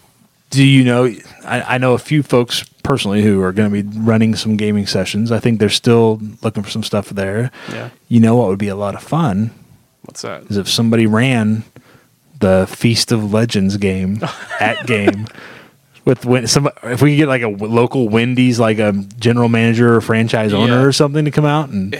A: Do you know? I, I know a few folks personally who are going to be running some gaming sessions. I think they're still looking for some stuff there.
B: Yeah.
A: You know what would be a lot of fun
B: What's that?
A: is if somebody ran the Feast of Legends game at game with when some if we could get like a w- local Wendy's like a general manager or franchise owner
B: Yeah.
A: or something to come out and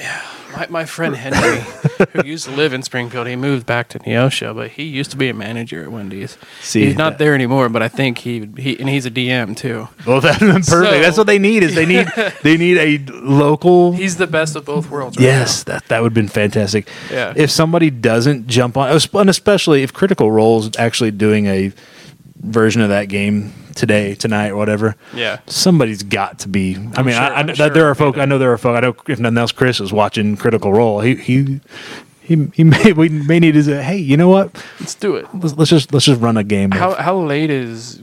B: My, my friend Henry, who used to live in Springfield, he moved back to Neosho, but he used to be a manager at Wendy's.
A: See,
B: he's not
A: that-
B: there anymore, but I think he he and he's a DM too.
A: well that's perfect. that's
B: So-
A: what they need is they need they need a local
B: He's the best of both worlds. Right
A: Yes, that that would have been fantastic.
B: Yeah.
A: If somebody doesn't jump on, and especially if Critical Role's actually doing a version of that game today, tonight, whatever.
B: Yeah.
A: Somebody's got to be. i mean,
B: sure-
A: I, I,
B: I'm
A: that-
B: sure
A: there are
B: it'll be
A: folk. I know there are folk. I know if nothing else, Chris is watching Critical Role. He he he, he may we may need to say, hey, you know what?
B: now. let's do it.
A: Let's, let's just let's just run a game. of-
B: How how late is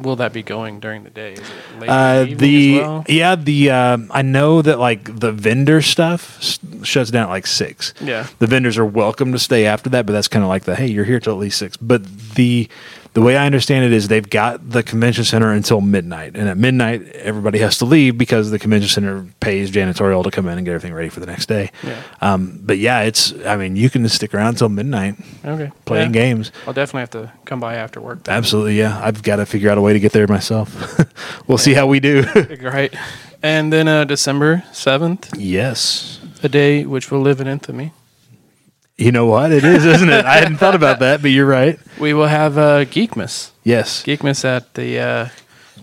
B: will that be going during the day? Is it late
A: Uh,
B: in the,
A: the
B: evening as well?
A: yeah the um, I know that like the vendor stuff s- shuts down at like six.
B: Yeah.
A: the vendors are welcome to stay after that, but that's kind of like the hey, you're here till at least six. But the The way I understand it is they've got the convention center until midnight, and at midnight everybody has to leave because the convention center pays janitorial to come in and get everything ready for the next day.
B: Yeah.
A: Um, but yeah, it's I mean you can stick around till midnight
B: Okay.
A: playing
B: Yeah.
A: games.
B: I'll definitely have to come by after work.
A: Absolutely, yeah. I've got to figure out a way to get there myself. we'll see how we do.
B: Right. And then uh, December 7th,
A: yes.
B: a day which will live in infamy,
A: You know what? It is, isn't it? I hadn't thought about that, but you're right.
B: we will have uh, Geekmas.
A: Yes.
B: Geekmas at the uh,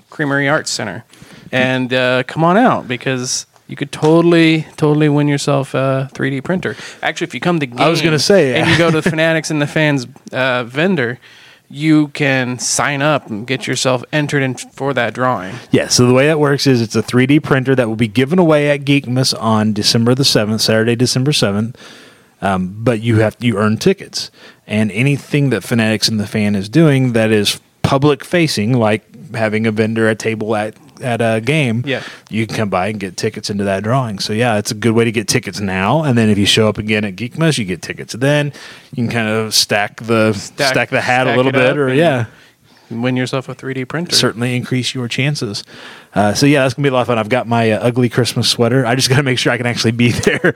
B: Creamery Arts Center. And uh, come on out because you could totally, totally win yourself a 3D printer. Actually, if you come to game
A: I was gonna say,
B: and
A: yeah.
B: you go to Fanatics and the Fans uh, vendor, you can sign up and get yourself entered in for that drawing.
A: Yeah, so the way that works is it's a 3D printer that will be given away at Geekmas on December the 7th, Saturday, December 7th. Um, but you have you earn tickets. And anything that Fanatics and the Fan is doing that is public facing, like having a vendor at table at at a game,
B: Yeah.
A: you can come by and get tickets into that drawing. So yeah, it's a good way to get tickets now. And then if you show up again at Geekmas, you get tickets. Then you can kind of stack the stack, the hat
B: stack
A: a little
B: it up
A: bit, or
B: and
A: yeah,
B: Win yourself a 3D printer.
A: certainly increase your chances. Uh, so yeah, that's gonna be a lot of fun. I've got my uh, ugly Christmas sweater. I just gotta make sure I can actually be there.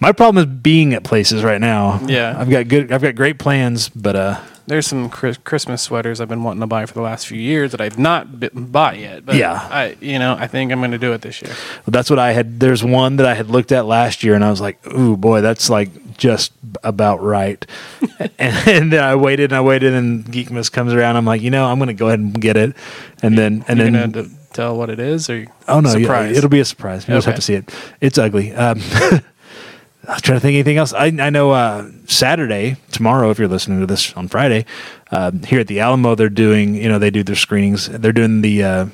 A: my problem is being at places right now.
B: Yeah.
A: I've got good. I've got great plans, but uh,
B: There's some Chris- Christmas sweaters I've been wanting to buy for the last few years that I've not b- bought yet. But
A: Yeah.
B: I, you know, I think I'm going to do it this year.
A: that's what I had. There's one that I had looked at last year, and I was like, "Ooh, boy, that's like just about right." and, and then I waited and I waited, and Geekmas comes around. I'm like, you know, I'm gonna go ahead and get it, and then and
B: You're
A: then
B: going to tell what it is, or you-
A: Oh no! yeah,
B: surprise.
A: it'll be a surprise. You just have
B: Okay.
A: to see it. It's ugly. Um, I'm trying to think of anything else. I, I know uh, Saturday tomorrow. If you're listening to this on Friday, um, here at the Alamo, they're doing. You know, they do their screenings. They're doing the uh,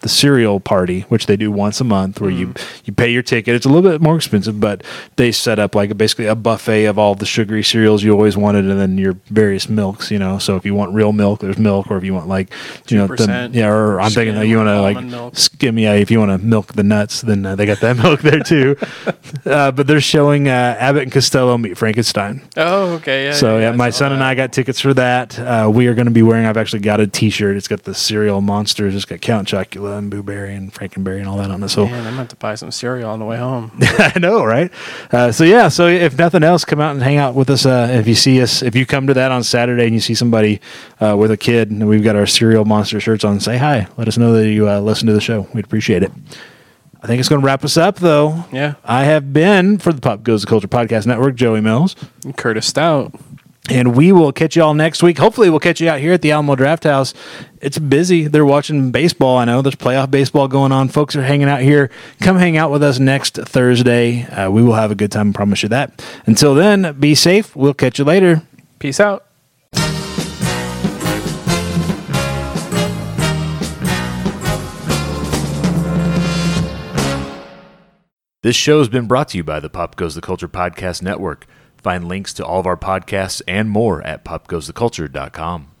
A: the cereal party, which they do once a month, where you
B: Mm-hmm.
A: you pay your ticket. It's a little bit more expensive, but they set up like basically a buffet of all the sugary cereals you always wanted, and then your various milks. You know, so if you want real milk, there's milk, or if you want like you know, the,
B: 2%.
A: yeah, or I'm thinking
B: Skim
A: that you want to like
B: almond milk.
A: skim. Yeah, if you want to milk the nuts, then uh, they got that milk there too. uh, but they're showing uh, Abbott and Costello meet Frankenstein.
B: Oh, okay. Yeah,
A: So yeah,
B: I
A: my
B: saw
A: son and
B: that.
A: I got tickets for that. Uh, we are going to be wearing. I've actually got a T-shirt. It's got the cereal monsters. It's got Count Chocula and Boo Berry and Frankenberry and all that on it. So
B: Man, I'm gonna have to buy some cereal on the way home.
A: I know, right? Uh, so yeah, so if nothing else, come out and hang out with us. Uh, if you see us, if you come to that on Saturday and you see somebody uh, with a kid and we've got our cereal monster shirts on, say hi. Let us know that you uh, listen to the show. We'd appreciate it. I think it's going to wrap us up, though.
B: Yeah.
A: I have been for the Pop Goes the Culture Podcast Network, Joey Mills,
B: Curtis Stout.
A: and we will catch you all next week. Hopefully, we'll catch you out here at the Alamo Draft House. It's busy. They're watching baseball. I know there's playoff baseball going on. Folks are hanging out here. Come hang out with us next Thursday. Uh, we will have a good time. I promise you that. Until then, be safe. We'll catch you later.
B: Peace out.
C: This show has been brought to you by the Pop Goes the Culture Podcast Network. Find links to all of our podcasts and more at popgoestheculture.com.